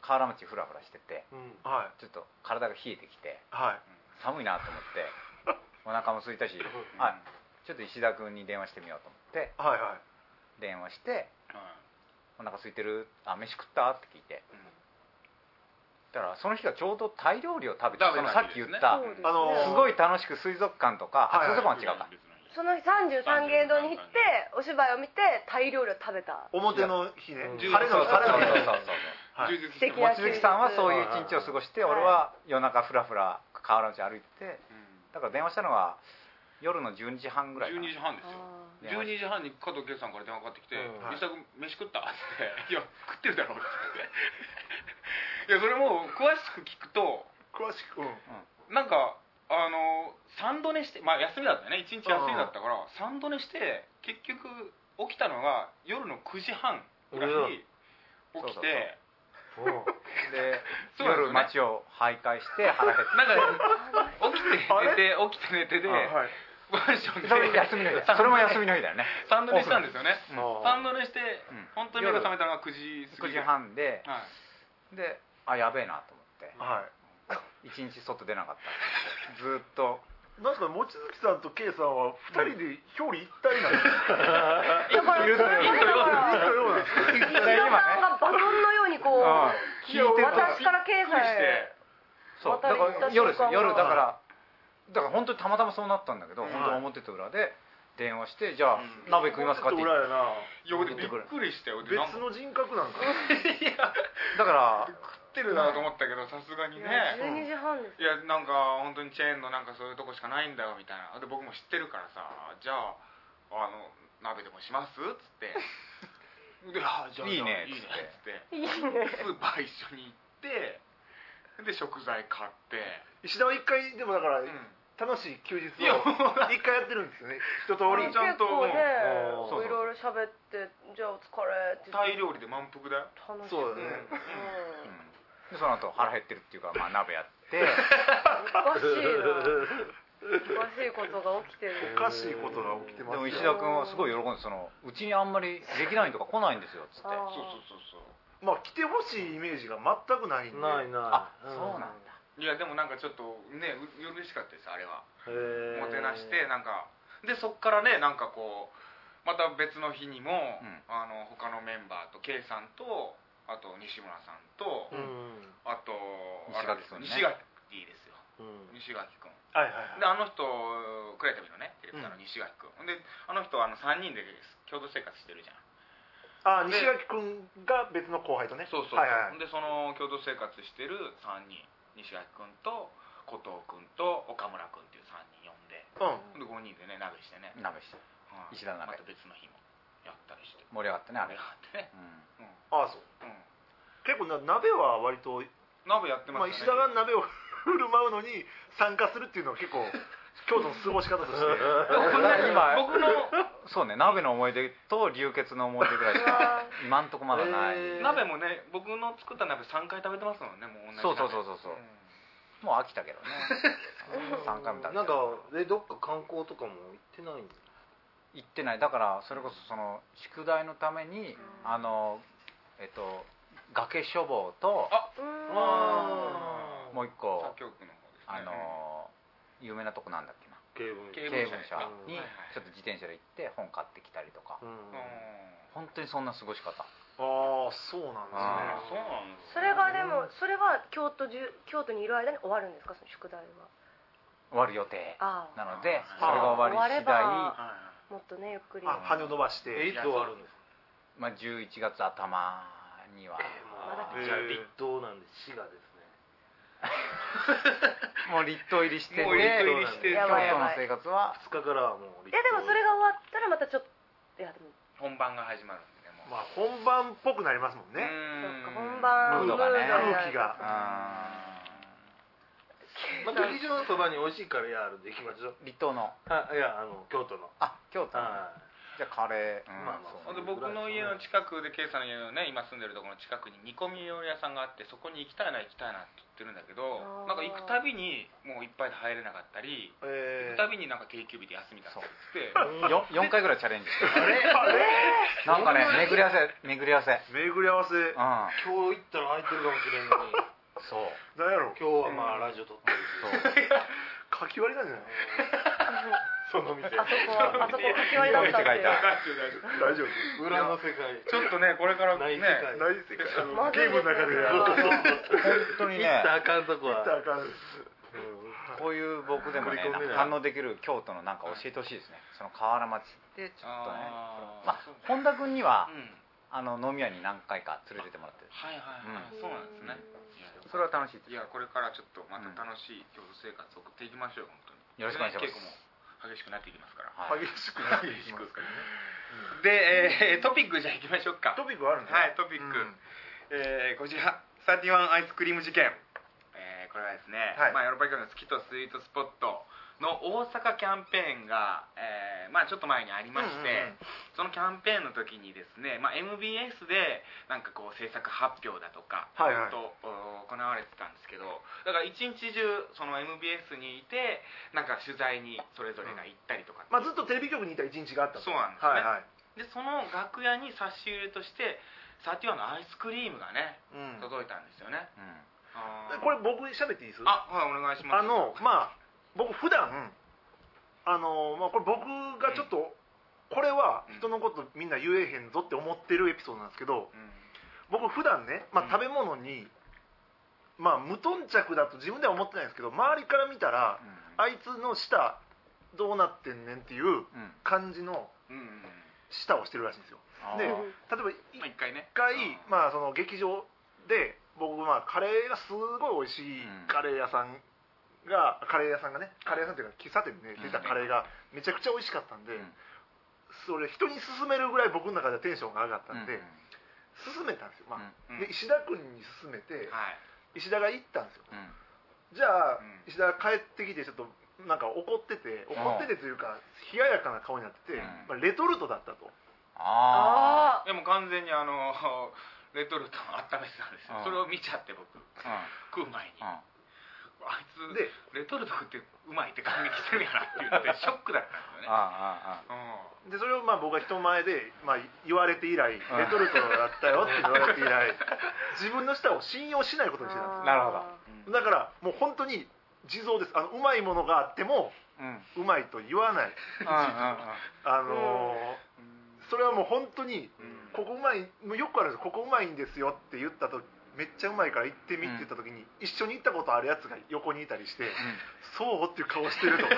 Speaker 3: 河原町ふらふらしてて
Speaker 5: はい
Speaker 3: ちょっと体が冷えてきて
Speaker 5: はい
Speaker 3: 寒いなと思ってお腹も空いたしあちょっと石田君に電話してみようと思って
Speaker 5: はいはい
Speaker 3: 電話して
Speaker 1: はい
Speaker 3: 「お腹空いてるあ飯食った?」って聞いてだからその日がちょうどタイ料理を食べて
Speaker 1: 食
Speaker 3: そ
Speaker 1: べ
Speaker 3: の
Speaker 1: た
Speaker 3: さ
Speaker 1: 日
Speaker 3: っ
Speaker 1: です
Speaker 3: き
Speaker 1: ね
Speaker 3: 言っ
Speaker 4: そ
Speaker 3: た
Speaker 4: うです
Speaker 5: あの
Speaker 3: すごい楽しく水族館とか、
Speaker 5: はい
Speaker 3: あ水族館は違うか、
Speaker 4: その日33芸堂に行ってお芝居を見てタイ料理を食べた
Speaker 5: 表の日ね
Speaker 2: うん
Speaker 5: 晴れ
Speaker 3: そ
Speaker 5: の
Speaker 3: うそう
Speaker 5: 日
Speaker 1: 充実して
Speaker 5: 晴れの日はい
Speaker 4: 素
Speaker 3: そうそうそう
Speaker 4: 敵
Speaker 1: ま
Speaker 4: な
Speaker 1: す
Speaker 3: 望月さんはそういう一日を過ごして、
Speaker 4: はい
Speaker 3: 俺は夜中ふらふら河原町歩いて
Speaker 1: うん
Speaker 3: だから電話したのは夜の12時半ぐらいかな
Speaker 1: 12時半ですよ
Speaker 4: あー
Speaker 3: 電話
Speaker 1: 12時半に加藤圭さんから電話かかってきて
Speaker 2: う
Speaker 1: 「
Speaker 2: ん
Speaker 1: 飯田君飯食った?」っ て「いや食ってるだろ」って言っていやそれも詳しく聞くと
Speaker 5: 詳しく、うん、
Speaker 1: なんかあの三度寝してまあ休みだったよね一日休みだったから三度寝して結局起きたのが夜の9時半ぐらいに起きて
Speaker 3: で
Speaker 1: そうなんですよね
Speaker 3: 夜街を徘徊して腹減っ
Speaker 1: なん か起きて寝て起きて寝てで
Speaker 5: あはい
Speaker 1: マンション
Speaker 3: て
Speaker 1: で
Speaker 3: それ休みの日 だそれも休みの日だよね
Speaker 1: 三度寝したんですよね
Speaker 2: あ
Speaker 1: 三度寝して
Speaker 3: うん
Speaker 1: 本当に目が覚めたのが9時過
Speaker 3: 9
Speaker 1: ぎ
Speaker 3: 時半で
Speaker 1: はい
Speaker 3: であやべえなと思って
Speaker 5: はい
Speaker 3: 一日外出なかったずーっと
Speaker 5: なんすか望月さんと K さんは二人で表裏一体なんですか、
Speaker 4: だからそれがねだから
Speaker 5: そうなんですか
Speaker 4: 飯田さんがバトンのようにこう
Speaker 3: 聞いてると
Speaker 4: 私から経
Speaker 1: びっくりして
Speaker 4: 済
Speaker 3: そう
Speaker 4: 渡
Speaker 3: だ
Speaker 4: り行っ
Speaker 3: か
Speaker 4: た
Speaker 3: ら夜です
Speaker 4: 瞬
Speaker 3: よ
Speaker 4: 間
Speaker 3: 夜
Speaker 4: は
Speaker 3: だからだから本当にたまたまそうなったんだけど、本当に表と裏で電話してじゃあ、
Speaker 1: うん
Speaker 3: 鍋食いますかって言
Speaker 5: 裏
Speaker 3: って
Speaker 5: やない
Speaker 1: や俺びっくりしたよでなんか
Speaker 5: 別の人格なんかな
Speaker 3: だから
Speaker 1: 食ってるなと思ったけどさすがに
Speaker 4: い
Speaker 1: ね
Speaker 4: や12時半です
Speaker 1: いやなんか本当にチェーンのなんかそういうとこしかないんだよみたいなで僕も知ってるからさじゃああの鍋でもしますっつってであじゃあ
Speaker 3: いいね
Speaker 1: いいねっつって
Speaker 4: いいね
Speaker 1: スーパー一緒に行ってで食材買って、
Speaker 5: 石田は一回でもだか
Speaker 1: う
Speaker 5: ら
Speaker 1: ん、
Speaker 5: 楽しい休日
Speaker 1: い
Speaker 5: を
Speaker 1: やもう
Speaker 5: 一回やってるんで すよね一通
Speaker 1: あれ
Speaker 5: り
Speaker 1: ちゃんと
Speaker 4: 結構ね
Speaker 2: うん
Speaker 3: そ
Speaker 2: そう
Speaker 3: う
Speaker 4: いろいろ喋ってじゃあお疲れって
Speaker 1: タイ
Speaker 4: 量
Speaker 1: 料理で満腹だよ
Speaker 4: 楽し
Speaker 5: そうだ
Speaker 1: う
Speaker 5: ね
Speaker 1: ん
Speaker 4: うん
Speaker 3: でその後腹減ってるっていうから、まあ、鍋やって
Speaker 4: おかしいなおかしいことが起きてる
Speaker 5: おかしいことが起きて
Speaker 3: で
Speaker 5: ます
Speaker 3: も
Speaker 5: よ
Speaker 3: 石田君はすごい喜んでそのうちにあんまり劇団員とか来ないんですよっつって
Speaker 4: あー
Speaker 1: そうそうそうそう
Speaker 5: まあ来てほしいイメージが全く ないんで
Speaker 2: ないない
Speaker 3: あそうなんだ
Speaker 1: いやでもなんかちょっとねう嬉しかったですあれは
Speaker 2: へー
Speaker 1: もてなしてなんかでそっからねなんかこうまた別の日にも、
Speaker 3: うん
Speaker 1: あの他のメンバーと K さんとあと西村さんと、
Speaker 2: うん
Speaker 1: あと
Speaker 3: 西垣君
Speaker 1: あれで
Speaker 3: ね
Speaker 1: すよ西垣ですよ
Speaker 2: うん
Speaker 1: 西垣君
Speaker 5: はいはい
Speaker 1: であの人クレタビのねテレビさんの西垣君、であの人はあの3人で共同生活してるじゃん
Speaker 5: あ西垣君が別の後輩とね
Speaker 1: そうそうそう、
Speaker 5: はいはい
Speaker 1: でその共同生活してる3人西垣君と後藤君と岡村君っていう3人呼んで
Speaker 5: う
Speaker 1: で5人でね鍋してね、
Speaker 3: 鍋して
Speaker 1: はい
Speaker 3: 石田鍋
Speaker 1: また別の日もやったりして
Speaker 3: 盛り上がったねあ
Speaker 1: 鍋
Speaker 3: れ
Speaker 1: や、ってね、
Speaker 3: うん
Speaker 1: うん
Speaker 5: んああそう
Speaker 1: うん、
Speaker 5: 結構な鍋は割と
Speaker 1: 鍋やって
Speaker 5: ま
Speaker 1: ま
Speaker 5: あ
Speaker 1: し
Speaker 5: 石
Speaker 1: た
Speaker 5: 田
Speaker 1: ね、
Speaker 5: が鍋を振る舞うのに参加するっていうのは結構京都の過ごし方として
Speaker 3: 今
Speaker 1: 僕の
Speaker 3: そうね鍋の思い出と流血の思い出ぐらいしか今んとこまだない、
Speaker 2: へー
Speaker 1: 鍋もね僕の作った鍋3回食べてますもんねもう同じ鍋
Speaker 3: そうそうそうそうそうもう飽きたけ どね3回も食べたけど
Speaker 2: なんかえどっか観光とかも行ってないんだ
Speaker 3: 行ってないだからそれこそその宿題のために、あのえっと崖処方と
Speaker 1: あ
Speaker 4: うん
Speaker 2: あ
Speaker 3: もう一個
Speaker 1: 作曲の方ですね
Speaker 3: あの有名なとこなんだっけな
Speaker 2: 警部
Speaker 1: 警
Speaker 3: 経営
Speaker 1: 部社
Speaker 3: 者に
Speaker 1: うん
Speaker 3: ちょっと自転車で行って本買ってきたりとか
Speaker 2: うん
Speaker 1: うん
Speaker 3: 本当にそんな過ごし方
Speaker 5: ああそうなんですね
Speaker 1: あそうなんです
Speaker 4: それがでもそれは京都じゅ京都にいる間に終わるんですかその宿題は
Speaker 3: 終わる予定
Speaker 4: ああ
Speaker 3: なので
Speaker 1: あー
Speaker 3: それが終わり次第、
Speaker 4: 終われば
Speaker 1: はいはい
Speaker 4: もっとねゆっくり
Speaker 5: あ羽を伸ばして
Speaker 2: えいつ終わるんですか
Speaker 3: まあ、11月頭には
Speaker 4: まだ
Speaker 2: じゃあ立冬なんで滋賀ですね
Speaker 3: もう立冬入りしてて
Speaker 1: もう立冬入りして
Speaker 4: る
Speaker 3: 京都の生活は
Speaker 2: 2日からはもう立冬
Speaker 4: いやでもそれが終わったらまたちょっといやでも
Speaker 1: 本番が始まるんでねもう
Speaker 5: まあ本番っぽくなりますもん
Speaker 1: う
Speaker 5: ね
Speaker 4: そ
Speaker 1: ー
Speaker 4: っ
Speaker 1: ん
Speaker 4: か本番
Speaker 3: ムードがね
Speaker 4: ムード
Speaker 5: 空気が
Speaker 2: まあ劇場のそばに美味しいカレー屋あるんで行きましょう
Speaker 3: 立冬の
Speaker 2: あいやあの京都の
Speaker 3: あ京都の
Speaker 2: は
Speaker 3: じゃあカレー、うん
Speaker 2: まあまあ
Speaker 1: ほ
Speaker 3: そう
Speaker 1: んで僕の家の近くで K さんの家のね今住んでるところの近くに煮込み料理屋さんがあってそこに行きたいな行きたいなって言ってるんだけど
Speaker 4: あー
Speaker 1: なんか行くたびにもういっぱいで入れなかったり行
Speaker 5: え
Speaker 1: く
Speaker 5: ー
Speaker 1: たびになんか定休日で休みだったりして
Speaker 2: い
Speaker 3: よ4回ぐらいチャレンジしてる
Speaker 5: あれあれ
Speaker 3: なんかね巡り合わせ巡り合わせうん
Speaker 5: 巡り合わせ
Speaker 2: 今日行ったら空いてるかもしれんのに
Speaker 3: そう
Speaker 5: なんやろ
Speaker 2: 今日はまあラジオ撮ってるし
Speaker 3: そう
Speaker 5: かき割りなんじゃない
Speaker 2: その店
Speaker 4: あそこあそこ書き割りだったって
Speaker 3: 書いてある
Speaker 5: 大丈夫
Speaker 2: 裏の世界
Speaker 1: ちょっとねこれから
Speaker 2: ない
Speaker 1: ね
Speaker 2: 世界
Speaker 5: 大世界
Speaker 4: まずい
Speaker 5: ゲームの中でやる
Speaker 4: ですね
Speaker 3: 本 当に
Speaker 2: 行っ
Speaker 3: ね
Speaker 2: たらあかんとこは
Speaker 5: あかん
Speaker 3: こういう僕でもね
Speaker 2: 繰り込んでない
Speaker 3: 反応できる京都のなんか教えてほしいですねその河原町でちょっとね
Speaker 1: あー
Speaker 3: まあ本田君には
Speaker 1: うん
Speaker 3: あの飲み屋に何回か連れてってもらってる
Speaker 1: はいはいはい、
Speaker 3: う
Speaker 1: そうなんですね
Speaker 3: それは楽しいです
Speaker 1: いやこれからちょっとまた楽しい共同生活を送っていきましょう本当に
Speaker 3: よろしくお願いします
Speaker 1: 結構もう激しくなっていきますから、
Speaker 3: はい
Speaker 5: 激しくなっていきます
Speaker 1: で、えートピックじゃあいきましょうか
Speaker 5: トピックあるんだ
Speaker 1: はいトピック、えーこちらサーティワンアイスクリーム事件、えーこれはですね、
Speaker 5: はい
Speaker 1: まあ、ヨーロッパ企画の「月とスイートスポット」の大阪キャンペーンが、えーまあ、ちょっと前にありまして、
Speaker 5: うんうんうん
Speaker 1: そのキャンペーンの時にですね、まあ、MBS でなんかこう制作発表だとか、
Speaker 5: はい
Speaker 1: ずっ
Speaker 5: はい
Speaker 1: とお行われてたんですけどだから一日中その MBS にいてなんか取材にそれぞれが行ったりとか、
Speaker 5: まあ、ずっとテレビ局にいた一日があった
Speaker 1: そう
Speaker 5: う
Speaker 1: なんですね、
Speaker 5: はいはい、
Speaker 1: でその楽屋に差し入れとしてサティワのアイスクリームがね
Speaker 5: うん、
Speaker 1: 届いたんですよね、
Speaker 3: うん
Speaker 1: あー
Speaker 5: これ僕喋っていいです
Speaker 1: あはいお願いします
Speaker 5: あのまあ僕普段あのまあこれ僕がちょっと、これは人のことみんな言えへんぞって思ってるエピソードなんですけど
Speaker 1: うん
Speaker 5: 僕普段ね、ま
Speaker 1: う
Speaker 5: あ、
Speaker 1: ん
Speaker 5: 食べ物に、まあ無頓着だと自分では思ってないんですけど周りから見たらあいつの舌どうなってんねんっていう
Speaker 3: うんうん
Speaker 5: 感じの
Speaker 1: うんうんうん
Speaker 5: 舌をしてるらしいんですよ
Speaker 3: あー
Speaker 5: で
Speaker 3: う
Speaker 5: 例え
Speaker 3: んうん
Speaker 5: ば一
Speaker 1: まあ一回ね
Speaker 5: 回
Speaker 1: うん
Speaker 5: まあその劇場で僕まあカレーがすごい美味しい
Speaker 3: うん
Speaker 5: カレー屋さんがカレー屋さんがねカレー屋さんっていうか喫茶店で出たカレーがめちゃくちゃ美味しかったんで、
Speaker 3: うん
Speaker 5: それ人に勧めるぐらい僕の中ではテンションが上がったん
Speaker 3: う
Speaker 5: で、
Speaker 3: ん
Speaker 5: 勧めたんですよ、まあ
Speaker 1: うん
Speaker 5: で石田君に勧めて
Speaker 1: はい
Speaker 5: 石田が行ったんですよ
Speaker 3: うん
Speaker 5: じゃあ、
Speaker 1: うん
Speaker 5: 石田が帰ってきてちょっとなんか怒ってて怒っててというか冷ややかな顔になってて、
Speaker 3: うん
Speaker 5: まあ、レトルトだったと
Speaker 4: あ
Speaker 3: あ
Speaker 1: でも完全にあの レトルトを温めてたんですよ
Speaker 3: うん
Speaker 1: それを見ちゃって僕
Speaker 3: あ
Speaker 1: 食う前に
Speaker 3: うんうん
Speaker 1: あいつ
Speaker 5: で
Speaker 1: レトルト食ってうまいって感激してるやなっていうの でショックだったんですよね
Speaker 3: あ
Speaker 1: うん
Speaker 5: でそれをまあ僕は人前で、まあ、言われて以来レトルトだったよって言われて以来 自分の舌を信用しないことにしてたん
Speaker 4: あ
Speaker 3: なるほど
Speaker 5: ですだからもう本当に地蔵ですあのうまいものがあっても
Speaker 3: ああうんうんうん
Speaker 5: うまいと言わないあ
Speaker 1: う
Speaker 5: のー
Speaker 1: ん
Speaker 5: それはもう本当に
Speaker 1: うん
Speaker 5: ここうまいもうよくあるんですよここうまいんですよって言ったとめっちゃうまいから行ってみって言った時に、一緒に行ったことあるやつが横にいたりして、そうっていう顔して るとかす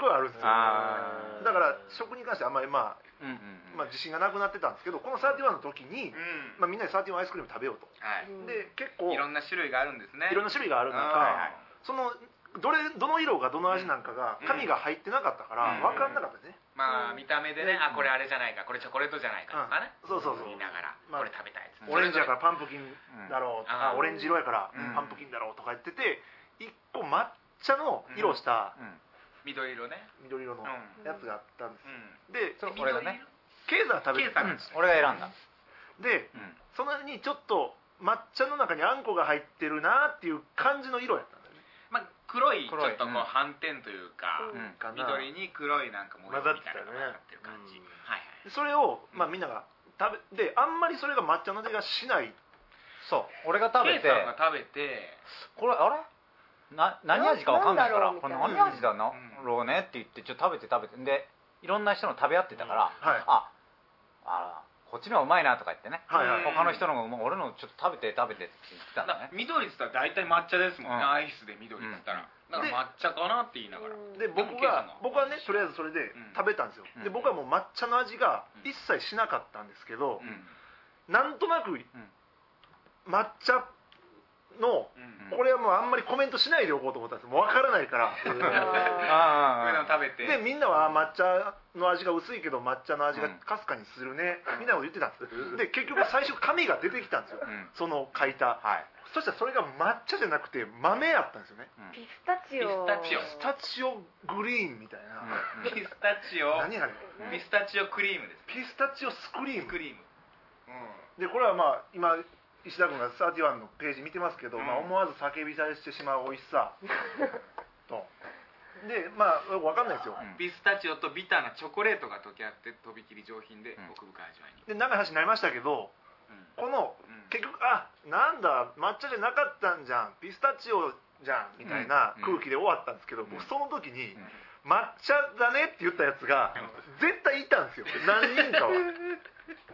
Speaker 5: ごいあるんですよ
Speaker 3: あー
Speaker 5: だから食に関してあんまりまあ
Speaker 3: うんうんうん
Speaker 5: まあ、自信がなくなってたんですけどこの31の時に、
Speaker 1: うん
Speaker 5: まあ、みんなで31アイスクリーム食べようと、
Speaker 1: はい
Speaker 4: うん
Speaker 5: で結構
Speaker 1: い
Speaker 5: い
Speaker 1: ろ
Speaker 5: ろ
Speaker 1: んな種類があるんですね
Speaker 5: んな種類がある中、
Speaker 1: あはいはい
Speaker 5: そのどれどの色がどの味なんかが
Speaker 1: うん
Speaker 5: 紙が入ってなかったから
Speaker 1: うん
Speaker 5: 分かんなかったね、
Speaker 1: まあ
Speaker 4: うん
Speaker 1: 見た目でねあこれあれじゃないかこれチョコレートじゃないかとかね
Speaker 5: うんそうそうそう
Speaker 1: 言いながら
Speaker 5: まあ
Speaker 1: これ食べたいっつって
Speaker 5: オレンジやからパンプキンだろう、
Speaker 1: うん
Speaker 5: あオレンジ色やから
Speaker 3: うん
Speaker 5: パンプキンだろうとか言ってて1個抹茶の色した
Speaker 3: うん
Speaker 1: 緑色ね
Speaker 5: 緑色
Speaker 1: う
Speaker 5: の
Speaker 1: んう
Speaker 5: やつがあったんです、
Speaker 1: ん
Speaker 5: で
Speaker 3: それ俺がね
Speaker 5: ケーザー食べてた
Speaker 1: ケ
Speaker 5: ん
Speaker 1: ー
Speaker 5: で
Speaker 1: ザ
Speaker 5: す
Speaker 3: 俺が選んだ
Speaker 5: で
Speaker 3: うん
Speaker 5: そのにちょっと抹茶の中にあんこが入ってるなっていう感じの色やったんだよね
Speaker 1: まあ黒いちょ
Speaker 3: 黒い
Speaker 1: っとこう
Speaker 3: うん
Speaker 1: 斑点というか
Speaker 4: うん
Speaker 3: うん
Speaker 5: かな
Speaker 1: 緑に黒いなんか模様みたいなのが混ざってる感じ
Speaker 5: 混ざってたよねうん
Speaker 1: はい
Speaker 5: でそれを、まあ、みんなが食べであんまりそれが抹茶の味がしない
Speaker 3: そう俺が食
Speaker 1: はい
Speaker 3: べて
Speaker 1: ケイさんが食べて
Speaker 3: これあれな何味かわかんないから
Speaker 4: なん
Speaker 3: こ
Speaker 4: だ
Speaker 3: れ
Speaker 4: ろうみたいな
Speaker 3: 何味だなろうねって言ってちょっと食べて食べてでいろんな人の食べ合ってたから、
Speaker 5: うんはい
Speaker 3: ああこっちの方がうまいなとか言ってね、
Speaker 5: はいはい
Speaker 1: うん
Speaker 3: 他の人の方がうまい俺のちょっと食べて食べてって言ってたんだ
Speaker 1: だ
Speaker 3: ね
Speaker 1: 緑っつったら大体抹茶ですもんね、
Speaker 3: うん
Speaker 1: アイスで緑っつったら、だから抹茶かなって言いながら、
Speaker 4: うん
Speaker 5: で僕が僕はねとりあえずそれで
Speaker 1: ん
Speaker 5: 食べたんですよ、
Speaker 3: うん
Speaker 5: で僕はもう抹茶の味が一切しなかったんですけど
Speaker 1: う、ん
Speaker 5: なんとなく抹茶の
Speaker 1: うん、
Speaker 5: これはもうあんまりコメントしないでおこうと思ったんですもう分からないから
Speaker 4: あ
Speaker 1: こういうのを
Speaker 3: ああ
Speaker 1: 食べて
Speaker 5: でみんなはあ抹茶の味が薄いけど抹茶の味が
Speaker 3: うん
Speaker 5: かすかにするね、みんなを言ってたんですよで結局最初紙が出てきたんですよ、
Speaker 3: うん
Speaker 5: その書いた
Speaker 3: はい、
Speaker 5: そしたらそれが抹茶じゃなくて豆やったんですよね
Speaker 3: うん
Speaker 4: ピスタチオ
Speaker 1: ピスタチオ
Speaker 5: スタチオグリーンみたいな、
Speaker 3: うん
Speaker 1: ピスタチオ
Speaker 5: 何あれ
Speaker 3: うん
Speaker 1: ピスタチオクリームです
Speaker 5: ピスタチオスクリーム
Speaker 1: クリーム、
Speaker 5: でこれはまあ今石田君が31のページ見てますけど、
Speaker 1: うん
Speaker 5: まあ、思わず叫びさえしてしまう美味し さとでまあ分かんないですよ、
Speaker 3: うん
Speaker 1: ピスタチオとビターなチョコレートが溶け合ってとびきり上品で
Speaker 3: うん
Speaker 1: 奥深い味わいに、
Speaker 5: で長い話になりましたけど
Speaker 1: う
Speaker 5: この
Speaker 1: んうん
Speaker 5: 結局あなんだ抹茶じゃなかったんじゃんピスタチオじゃんみたいな
Speaker 3: うん
Speaker 5: 空気で終わったんですけど、
Speaker 3: ん
Speaker 5: 僕その時に、
Speaker 3: うん
Speaker 5: 抹茶だねって言ったやつが絶対いたんですよ何人 かは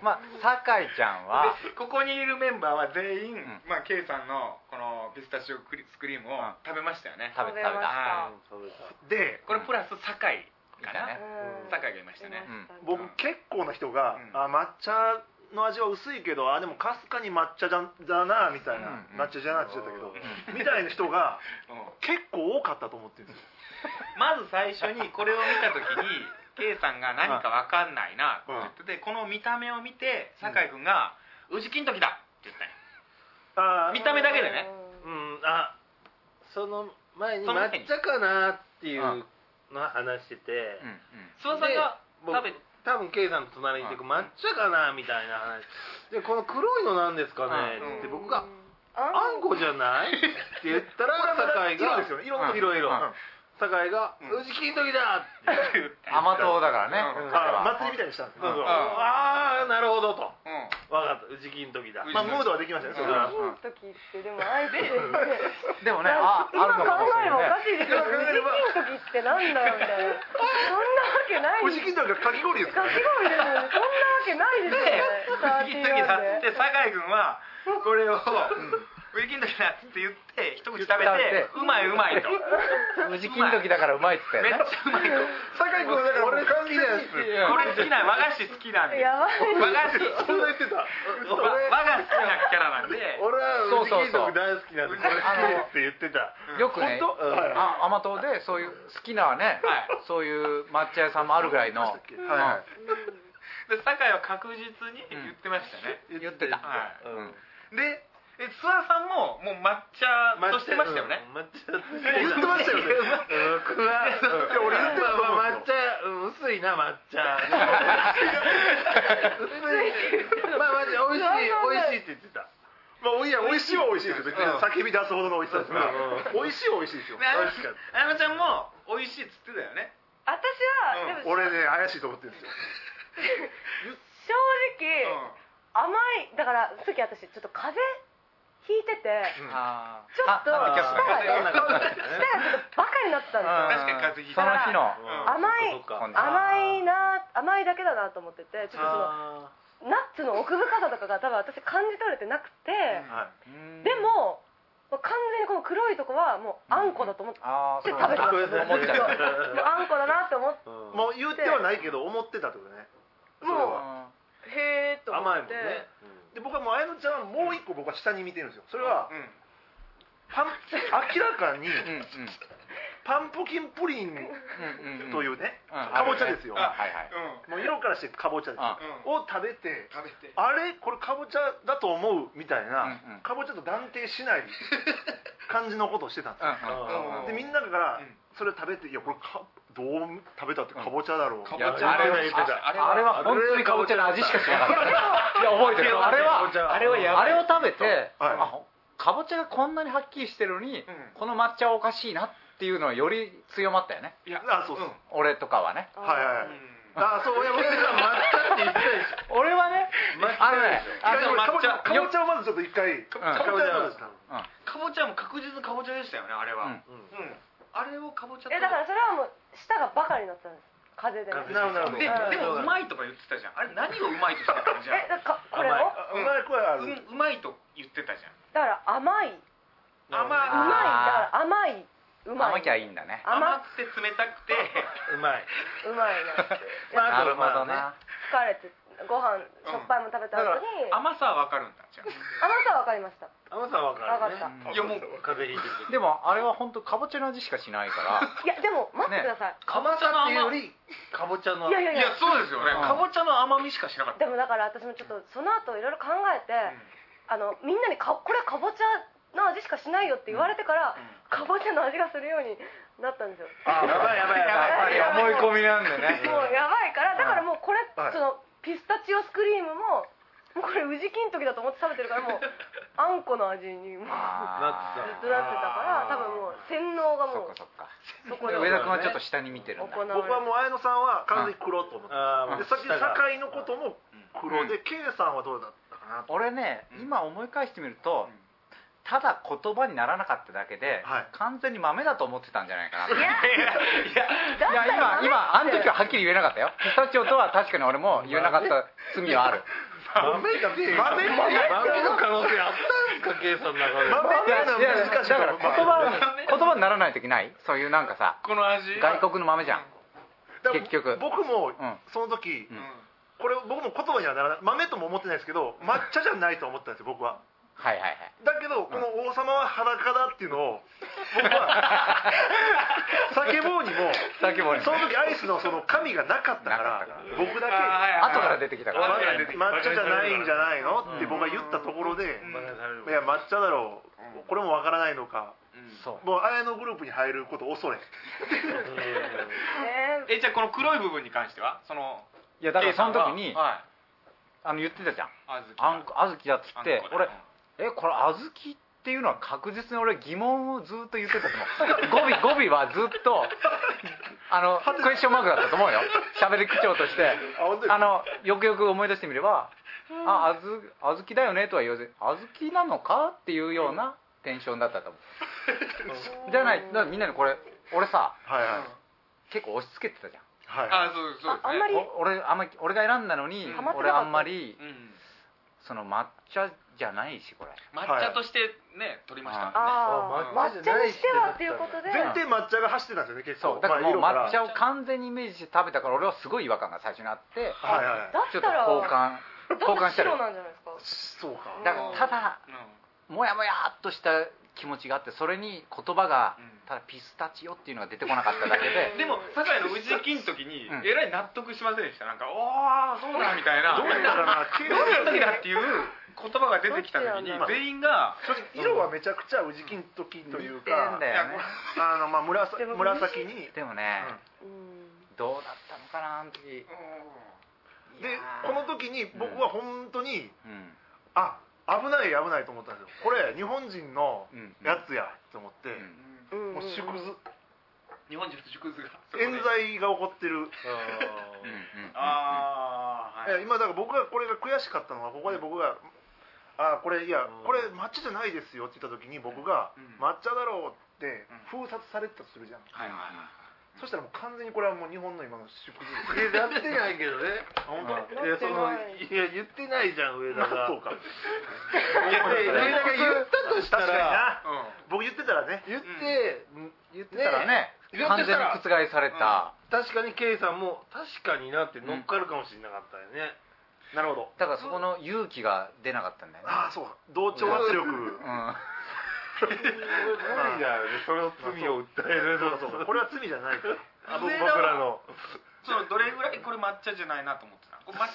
Speaker 3: まあ酒井ちゃんは
Speaker 1: でここにいるメンバーは全員、
Speaker 3: ん
Speaker 1: まあ、K さんのこのピスタチオクリスクリームを
Speaker 3: うん
Speaker 1: 食べましたよね、
Speaker 3: 食べて食べ
Speaker 4: ました
Speaker 1: は
Speaker 5: で
Speaker 1: いこれプラス酒井か
Speaker 3: い
Speaker 1: な、
Speaker 3: たね
Speaker 4: うん
Speaker 1: 酒井がいましたね、
Speaker 5: 僕結構な人が、
Speaker 1: うん
Speaker 5: あ抹茶の味は薄いけどあでもかすかに抹茶じゃだなみたいな、
Speaker 3: うん
Speaker 5: 抹茶じゃなって言ってたけど、みたいな人が
Speaker 1: うん
Speaker 5: 結構多かったと思ってるんですよ
Speaker 1: まず最初にこれを見た時に K さんが何か分かんないなって言っててこの見た目を見て酒井君が「ウジキン時だ!」って言ったんよ
Speaker 5: あー
Speaker 1: 見た目だけでね
Speaker 5: うん
Speaker 6: あその前に
Speaker 1: その
Speaker 6: 抹
Speaker 1: 前に
Speaker 6: 茶かなっていう
Speaker 3: うん
Speaker 6: のは話してて、
Speaker 3: うん
Speaker 6: 諏訪
Speaker 3: うん
Speaker 6: さんが
Speaker 1: 食べ
Speaker 6: 多分ケイさんと隣にいて、
Speaker 1: うん
Speaker 6: 抹茶かなみたいな話でこの黒いのなんですかね
Speaker 1: うん
Speaker 6: っ
Speaker 4: で
Speaker 6: て僕が「あ
Speaker 4: あ
Speaker 6: んこじゃない?」って言ったら酒井
Speaker 5: 色
Speaker 6: が
Speaker 5: ですよね色の
Speaker 3: うん
Speaker 5: 時
Speaker 6: 色々
Speaker 3: うん
Speaker 6: 酒井が
Speaker 1: う
Speaker 6: 「
Speaker 1: ん
Speaker 6: うち金時だ!」って
Speaker 3: 甘党だからね
Speaker 1: うん
Speaker 3: 彼は
Speaker 5: あ祭りみたいにしたんです
Speaker 6: そうそう
Speaker 1: うん
Speaker 6: ああなるほどと
Speaker 1: うん
Speaker 6: 分かったうち金時だ
Speaker 1: う
Speaker 5: まあムードはできましたねそれは
Speaker 4: いい時ってでも相手で言って
Speaker 3: でもねあ
Speaker 4: 今
Speaker 3: あるの
Speaker 4: 考
Speaker 3: かもし
Speaker 4: え
Speaker 3: れ
Speaker 4: ればお
Speaker 3: ない
Speaker 4: かしいですよ無事金時ってなんだよみたいなそんなわけない
Speaker 5: おじきんとかき氷です
Speaker 4: か
Speaker 5: から
Speaker 4: き氷ですよねそんなわけ
Speaker 1: ウィキン
Speaker 4: ないですよね
Speaker 1: 時だっ
Speaker 4: 31
Speaker 1: て
Speaker 4: で
Speaker 1: 酒井君はこれを、ウィキン時だっつって言って一口食べてうまいうまいと
Speaker 3: 無時金時だからうまいっつったよ
Speaker 1: めっ
Speaker 3: ね
Speaker 1: ちゃうまいと
Speaker 5: 酒井君はだから俺完全に
Speaker 1: これ好きな和菓子好きなんで
Speaker 4: やばい
Speaker 1: 和菓子
Speaker 6: そんな言ってた
Speaker 1: 和和が好きなキャラなんで
Speaker 6: 俺はうち金
Speaker 3: そうそうそう
Speaker 6: 時大好きなんでこれ
Speaker 3: あの
Speaker 6: って言ってた
Speaker 3: よくね
Speaker 6: 本当うん
Speaker 3: あ甘党でそういう好きなね、
Speaker 1: はい
Speaker 3: そういう抹茶屋さんもあるぐらいの、うん
Speaker 5: は
Speaker 1: で酒井は確実に言ってましたね、
Speaker 3: 言ってた、
Speaker 1: は
Speaker 6: うん
Speaker 1: い、でえ諏訪さんももう抹茶としてましたよね、
Speaker 6: うん抹茶って
Speaker 5: 言ってましたよね
Speaker 6: 僕は、
Speaker 5: や俺言ってたと思うん
Speaker 6: まあまあ抹茶、うん薄いな、抹茶。薄い。まあ、まあ、美味しい、美味しいって言ってた。
Speaker 5: まあおいや美味しいは美味しいですよ別に
Speaker 1: うん
Speaker 5: 叫び出すほどの美味しさですから美味しいは美味しいですよ
Speaker 1: であやあやまちゃんも美味しいっつってたよね
Speaker 4: 私は、でも
Speaker 5: 俺ね怪しいと思ってるんですよ
Speaker 4: 正直、甘いだからその時私ちょっと風邪ひいてて
Speaker 3: あー
Speaker 4: ちょっと
Speaker 3: あなんか
Speaker 4: 舌がね
Speaker 3: なんか
Speaker 4: 舌がちょっとバカになってたんで
Speaker 1: 確かに風邪ひい
Speaker 4: すよ
Speaker 3: そ
Speaker 1: た
Speaker 3: の
Speaker 1: な
Speaker 3: 日の
Speaker 1: うん
Speaker 4: 甘い
Speaker 6: そっかそっか
Speaker 4: 甘いな甘いだけだなと思っててちょっと
Speaker 6: あ
Speaker 4: そのナッツの奥深さとかが多分私感じ取れてなくて、
Speaker 5: は
Speaker 3: うん
Speaker 4: でもまあ完全にこの黒いとこはもうあんこだと思って、
Speaker 3: あーそう
Speaker 4: 食べて
Speaker 6: ー
Speaker 4: ま
Speaker 6: ごめんなさい
Speaker 4: す
Speaker 3: 思っちゃっ
Speaker 4: もう
Speaker 3: た
Speaker 4: あんこだなって思って
Speaker 6: うん
Speaker 5: もう言ってはないけど思ってたってことねそれ
Speaker 4: もう
Speaker 5: は
Speaker 4: へえと思
Speaker 6: 甘いもん
Speaker 4: って
Speaker 6: ね。
Speaker 5: で僕はもう綾乃ちゃんはもう一個僕は下に見てるんですよそれ
Speaker 1: う
Speaker 5: は
Speaker 1: ん
Speaker 5: パン明らかに
Speaker 3: うんうん
Speaker 5: パンプキンプリン
Speaker 3: うんうんうん
Speaker 5: というね
Speaker 3: うんある
Speaker 5: かぼ
Speaker 3: ね
Speaker 5: ちゃですよ
Speaker 3: あはいはい
Speaker 5: もう色からしてかぼちゃですよ
Speaker 1: うん
Speaker 3: う
Speaker 1: うん
Speaker 5: を食べて
Speaker 1: 食べて
Speaker 5: あれこれかぼちゃだと思うみたいな、
Speaker 3: うんうん
Speaker 5: かぼちゃと断定しない感じのことをしてたんです
Speaker 3: うん
Speaker 5: よ、
Speaker 3: うんうん
Speaker 5: でみんなから
Speaker 1: うん
Speaker 5: それ食べて「いやこれかどう食べたってかぼちゃだろう」
Speaker 1: かぼ
Speaker 5: い
Speaker 1: ち
Speaker 5: や
Speaker 1: ゃ
Speaker 6: いや
Speaker 3: あれは
Speaker 6: 言ってた
Speaker 3: ああれは本当にかぼちゃの味しかしなかった いや覚えてるあれは
Speaker 6: あれはやばい
Speaker 3: あれを食べて
Speaker 5: はい
Speaker 3: あかぼちゃがこんなにはっきりしてるのに
Speaker 1: うん
Speaker 3: この抹茶はおかしいなっていうのはより強まったよね
Speaker 1: いや
Speaker 5: あそうそう
Speaker 3: 俺とかはね
Speaker 5: はいはい、
Speaker 1: うん
Speaker 5: あそういや僕は
Speaker 6: 抹茶って言ってたでし
Speaker 3: 俺はねあのね
Speaker 5: まあ
Speaker 1: でも
Speaker 5: かぼちゃ
Speaker 1: 抹茶
Speaker 5: かぼちゃをまずちょっと一回か
Speaker 3: か
Speaker 5: ぼちゃをまず
Speaker 1: かぼちゃも確実にかぼちゃでしたよねあれは
Speaker 3: うん
Speaker 1: うんあれをかぼちゃと
Speaker 4: えだからそれはもう舌がバカになってたんです風邪でね
Speaker 6: ょ。
Speaker 5: なるほどなるほど
Speaker 1: ででもうまいとか言ってたじゃんあれ何をうまいとしてたのじゃ
Speaker 4: え
Speaker 1: あ
Speaker 4: だからこれをだ
Speaker 5: あうまい声あ る、
Speaker 1: うんうまいと言ってたじゃん
Speaker 4: から甘い
Speaker 1: 甘
Speaker 4: うまいだ
Speaker 1: い
Speaker 4: から甘いうまい
Speaker 3: 甘きゃいいんだね
Speaker 1: 甘くて冷たくて
Speaker 6: うまい。
Speaker 4: うまいな
Speaker 6: まあ、
Speaker 3: な
Speaker 6: あと
Speaker 3: る
Speaker 6: は
Speaker 3: ほど
Speaker 6: まあね。
Speaker 3: な
Speaker 4: 疲れてご飯しょっぱいも食べた後に、甘
Speaker 1: 甘さはわかるんだじゃ
Speaker 4: さは分かりました
Speaker 6: 甘さはわかるね。
Speaker 4: わ
Speaker 3: か
Speaker 1: あいやもう
Speaker 6: 風邪ひいてる時
Speaker 3: でもあれは本当かぼちゃの味しかしないか
Speaker 4: いやでも待ってください、
Speaker 6: 甘さっていうより、かぼちゃの
Speaker 4: いやいや
Speaker 1: い
Speaker 4: いや
Speaker 1: やそうですよね
Speaker 3: うん
Speaker 1: かぼちゃの甘みしかしなかった
Speaker 4: でもだから私もちょっとその後いろいろ考えて、あのみんなにかこれはかぼちゃの味しかしないよって言われてから、かぼちゃの味がするようになったんですよ、
Speaker 6: あやばいやばいやばい。
Speaker 3: らやっぱり思い込みなんでね
Speaker 4: もうやばいからだからもうこれ、
Speaker 5: はい
Speaker 4: そのピスタチオスクリームももうこれ宇治金時だと思って食べてるからもうあんこの味にもう
Speaker 3: あー
Speaker 4: ずっとなってたから多分もう洗脳が
Speaker 3: そっ
Speaker 4: もう
Speaker 3: かそっか
Speaker 4: そこで
Speaker 3: 上田
Speaker 4: 行
Speaker 3: 君
Speaker 4: わ
Speaker 3: はちょっと下に見てるんだ
Speaker 5: 僕は
Speaker 4: れ
Speaker 5: もう綾乃さんは完全に黒と思って、
Speaker 6: あー
Speaker 5: でさっき酒井のことも黒で、
Speaker 3: う
Speaker 5: K さんはどうだったかなと
Speaker 3: 俺ね
Speaker 1: うん
Speaker 3: 今思い返してみるとただ言葉にならなかっただけで
Speaker 5: はい
Speaker 3: 完全に豆だと思ってたんじゃないかなと
Speaker 4: いや
Speaker 3: いや今今あの時ははっきり言えなかったよピスタチオとは確かに俺も言えなかった罪はある
Speaker 6: 豆がね豆豆の可能性あ ったんですか、ケイさんの中で。
Speaker 5: 豆
Speaker 3: いやいやだから言葉に言葉にならない時ないそういうなんかさ
Speaker 1: この味
Speaker 3: 外国の豆じゃん
Speaker 5: だから
Speaker 3: 結局
Speaker 5: 僕も
Speaker 3: ん
Speaker 5: その時、
Speaker 3: うん
Speaker 5: これ僕も言葉にはならない豆とも思ってないですけど抹茶じゃないと思ったんですよ僕は
Speaker 3: はいはいはい
Speaker 5: だけどこの王様は裸だっていうのを僕は 叫ぼうにも
Speaker 3: さっきも俺
Speaker 5: その時アイスのその神がなかったか
Speaker 3: な
Speaker 5: ら
Speaker 3: かったから
Speaker 5: 僕だけ
Speaker 3: 後から出てきたから
Speaker 1: 後から出てきた
Speaker 5: 抹茶じゃないんじゃないのって僕が言ったところで
Speaker 1: うん
Speaker 5: いや抹茶だろうこれもわからないのか
Speaker 1: うん
Speaker 3: そう
Speaker 5: もう綾野グループに入ること恐れ
Speaker 4: え
Speaker 1: えじゃあこの黒い部分に関してはその
Speaker 3: いやだからその時
Speaker 1: K
Speaker 3: に
Speaker 1: さんがはい
Speaker 3: あの言ってたじゃん
Speaker 1: あずき
Speaker 3: あんこあずきだっつって
Speaker 1: あんこだ
Speaker 3: 俺えこれあずきっていうのは確実に俺疑問をずっと言ってたと思う語尾語尾 はずっとあのクエスチョンマークだったと思うよ喋り口調として
Speaker 5: あ本当ですか
Speaker 3: あのよくよく思い出してみれば「ああずあずきだよね」とは言わず「あずきなのか?」っていうようなテンションだったと思うじゃないだからみんなにこれ俺さ
Speaker 5: はいはい
Speaker 3: 結構押し付けてたじゃん
Speaker 5: はい
Speaker 1: あそうそうですね
Speaker 4: ああんまり
Speaker 3: お俺あんまり俺が選んだのに
Speaker 1: うん
Speaker 4: ハマってな
Speaker 3: 俺
Speaker 4: かった
Speaker 3: あんまり
Speaker 1: うん
Speaker 3: その抹茶じゃないしこれ
Speaker 1: 抹茶としてね取りましたからね
Speaker 4: ああ
Speaker 1: あ
Speaker 4: 抹茶にしてはっていうことで
Speaker 5: 全然抹茶が走ってたんですよね結
Speaker 3: そ
Speaker 5: 構
Speaker 3: うだからもう
Speaker 5: まあ
Speaker 3: 抹茶
Speaker 5: 色
Speaker 3: を完全にイメージして食べたから俺はすごい違和感が最初にあって
Speaker 5: からはいはい
Speaker 4: だ
Speaker 3: ちょ
Speaker 4: っ
Speaker 3: っと
Speaker 4: たら
Speaker 3: 交換交換してる
Speaker 4: 白
Speaker 3: だ
Speaker 4: なんじゃないです
Speaker 5: そ
Speaker 4: か
Speaker 5: うか
Speaker 3: からただ
Speaker 1: うん
Speaker 3: モヤモヤっとした気持ちがあってそれに言葉が
Speaker 1: うん
Speaker 3: ただピスタチオっていうのが出てこなかっただけで
Speaker 1: でも堺の宇治金の時に
Speaker 3: うん
Speaker 1: えらい納得しませんでしたなんか「おーそうだ」みたい な
Speaker 5: どうやら
Speaker 1: ど
Speaker 5: な
Speaker 1: うやらだっていう言葉が出てきた時に
Speaker 4: どっちやんな
Speaker 1: 全員が
Speaker 5: 正直色はめちゃくちゃ宇治金時という
Speaker 3: 似てん
Speaker 5: か
Speaker 3: だよね
Speaker 5: あのまあ紫
Speaker 4: でも
Speaker 5: 紫に
Speaker 3: でもね
Speaker 4: うん
Speaker 3: どうだったのかなあの時
Speaker 5: でこの時に僕は本当に
Speaker 3: うん
Speaker 5: あ危ない危ないと思ったんですよこれ日本人の
Speaker 3: うん
Speaker 5: やつやと思って、
Speaker 3: うん
Speaker 4: うん
Speaker 5: もう縮図
Speaker 1: 日本人の縮図が
Speaker 5: 冤罪が起こってる
Speaker 3: うんうん
Speaker 1: ああ
Speaker 5: いや今だから僕がこれが悔しかったのはここで僕が「あこれいやこれ抹茶じゃないですよ」って言った時に僕が
Speaker 1: うん
Speaker 5: 「抹茶だろう」って封殺されてたとするじゃん、
Speaker 1: はいはいはい
Speaker 5: そしたらもう完全にこれはもう日本の今の縮図です
Speaker 2: えやってないけどね
Speaker 5: 本当
Speaker 2: いやそのいや言ってないじゃん上田が
Speaker 5: そうか
Speaker 2: いや上田が言ったとした
Speaker 5: 確かに
Speaker 2: ら
Speaker 5: な僕言ってたらね
Speaker 2: 言って、言って
Speaker 3: だからね
Speaker 2: 言っ
Speaker 3: 完
Speaker 2: て
Speaker 3: 全
Speaker 2: た
Speaker 3: に
Speaker 2: ら
Speaker 3: 覆された
Speaker 2: 確かに K さんも確かになって乗っかるかもしれなかったよね、
Speaker 5: なるほど
Speaker 3: だからそこの勇気が出なかったんだよね
Speaker 5: ああそうか同調圧力
Speaker 3: うん
Speaker 2: これ無理だよねそれを罪を訴えるの
Speaker 5: そうかこれは罪じゃないから
Speaker 2: あ僕僕らの
Speaker 1: そのどれぐらいこれ抹茶じゃないなと思ってたこれ抹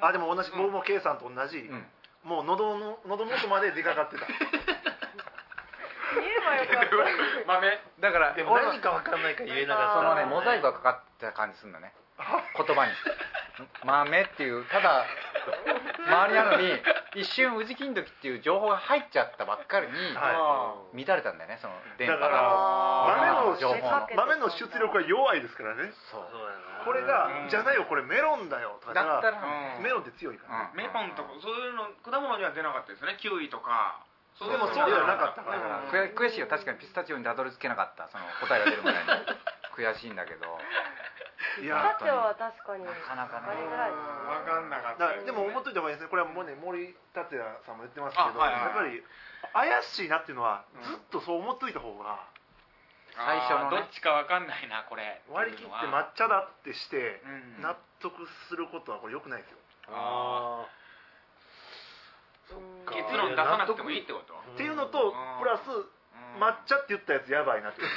Speaker 5: あでも同じ僕も K さんと同じ、
Speaker 3: ん
Speaker 5: もう喉の喉元まで出か かってた
Speaker 4: 言えばよかった
Speaker 1: 豆
Speaker 3: だから
Speaker 2: でも
Speaker 3: 俺
Speaker 2: 何か分かんないから言えな
Speaker 3: そ
Speaker 2: か
Speaker 3: の
Speaker 2: った
Speaker 3: ねモザイクがかかった感じするんだね言葉に「豆」っていうただ周りなのに一瞬宇治金時っていう情報が入っちゃったばっかりに
Speaker 5: は
Speaker 3: 乱れたんだよねその電波
Speaker 5: だから
Speaker 3: が
Speaker 5: 豆の
Speaker 3: 情報の
Speaker 5: 豆の出力は弱いですからね
Speaker 3: そう
Speaker 2: そうやな
Speaker 5: これ
Speaker 1: う
Speaker 5: が
Speaker 1: ん
Speaker 5: 「じゃないよこれメロンだよ」とかじゃ
Speaker 3: だったら
Speaker 1: うん
Speaker 5: メロンって強いから、
Speaker 3: うん
Speaker 1: メロンとかそういうの果物には出なかったですねキウイとかそ
Speaker 5: でもそうではなかったから
Speaker 3: うん悔悔しいよ確かにピスタチオにたどり着けなかったその答えが出る前に悔しいんだけど
Speaker 5: い
Speaker 4: ピ
Speaker 5: や
Speaker 4: スタチオは確かに
Speaker 3: なかなかね
Speaker 4: あれぐらいです
Speaker 1: 分かんなかっ
Speaker 5: だか
Speaker 1: た
Speaker 5: らでも思っといた方がいいですねこれはもうね森達也さんも言ってますけど、
Speaker 1: あはいはい
Speaker 5: やっぱり怪しいなっていうのは
Speaker 1: うん
Speaker 5: ずっとそう思っといた方が
Speaker 3: 最初のね
Speaker 1: あーどっちか分かんないなこれ
Speaker 5: 割り切って抹茶だってして
Speaker 1: うん
Speaker 5: 納得することはこれ良くないですよ、
Speaker 2: あ
Speaker 4: うん
Speaker 1: 結論出さなくてもいいってこと
Speaker 2: ー
Speaker 5: っていうのと
Speaker 1: ん
Speaker 5: プラス
Speaker 1: うん
Speaker 5: 抹茶って言ったやつやばいなっていう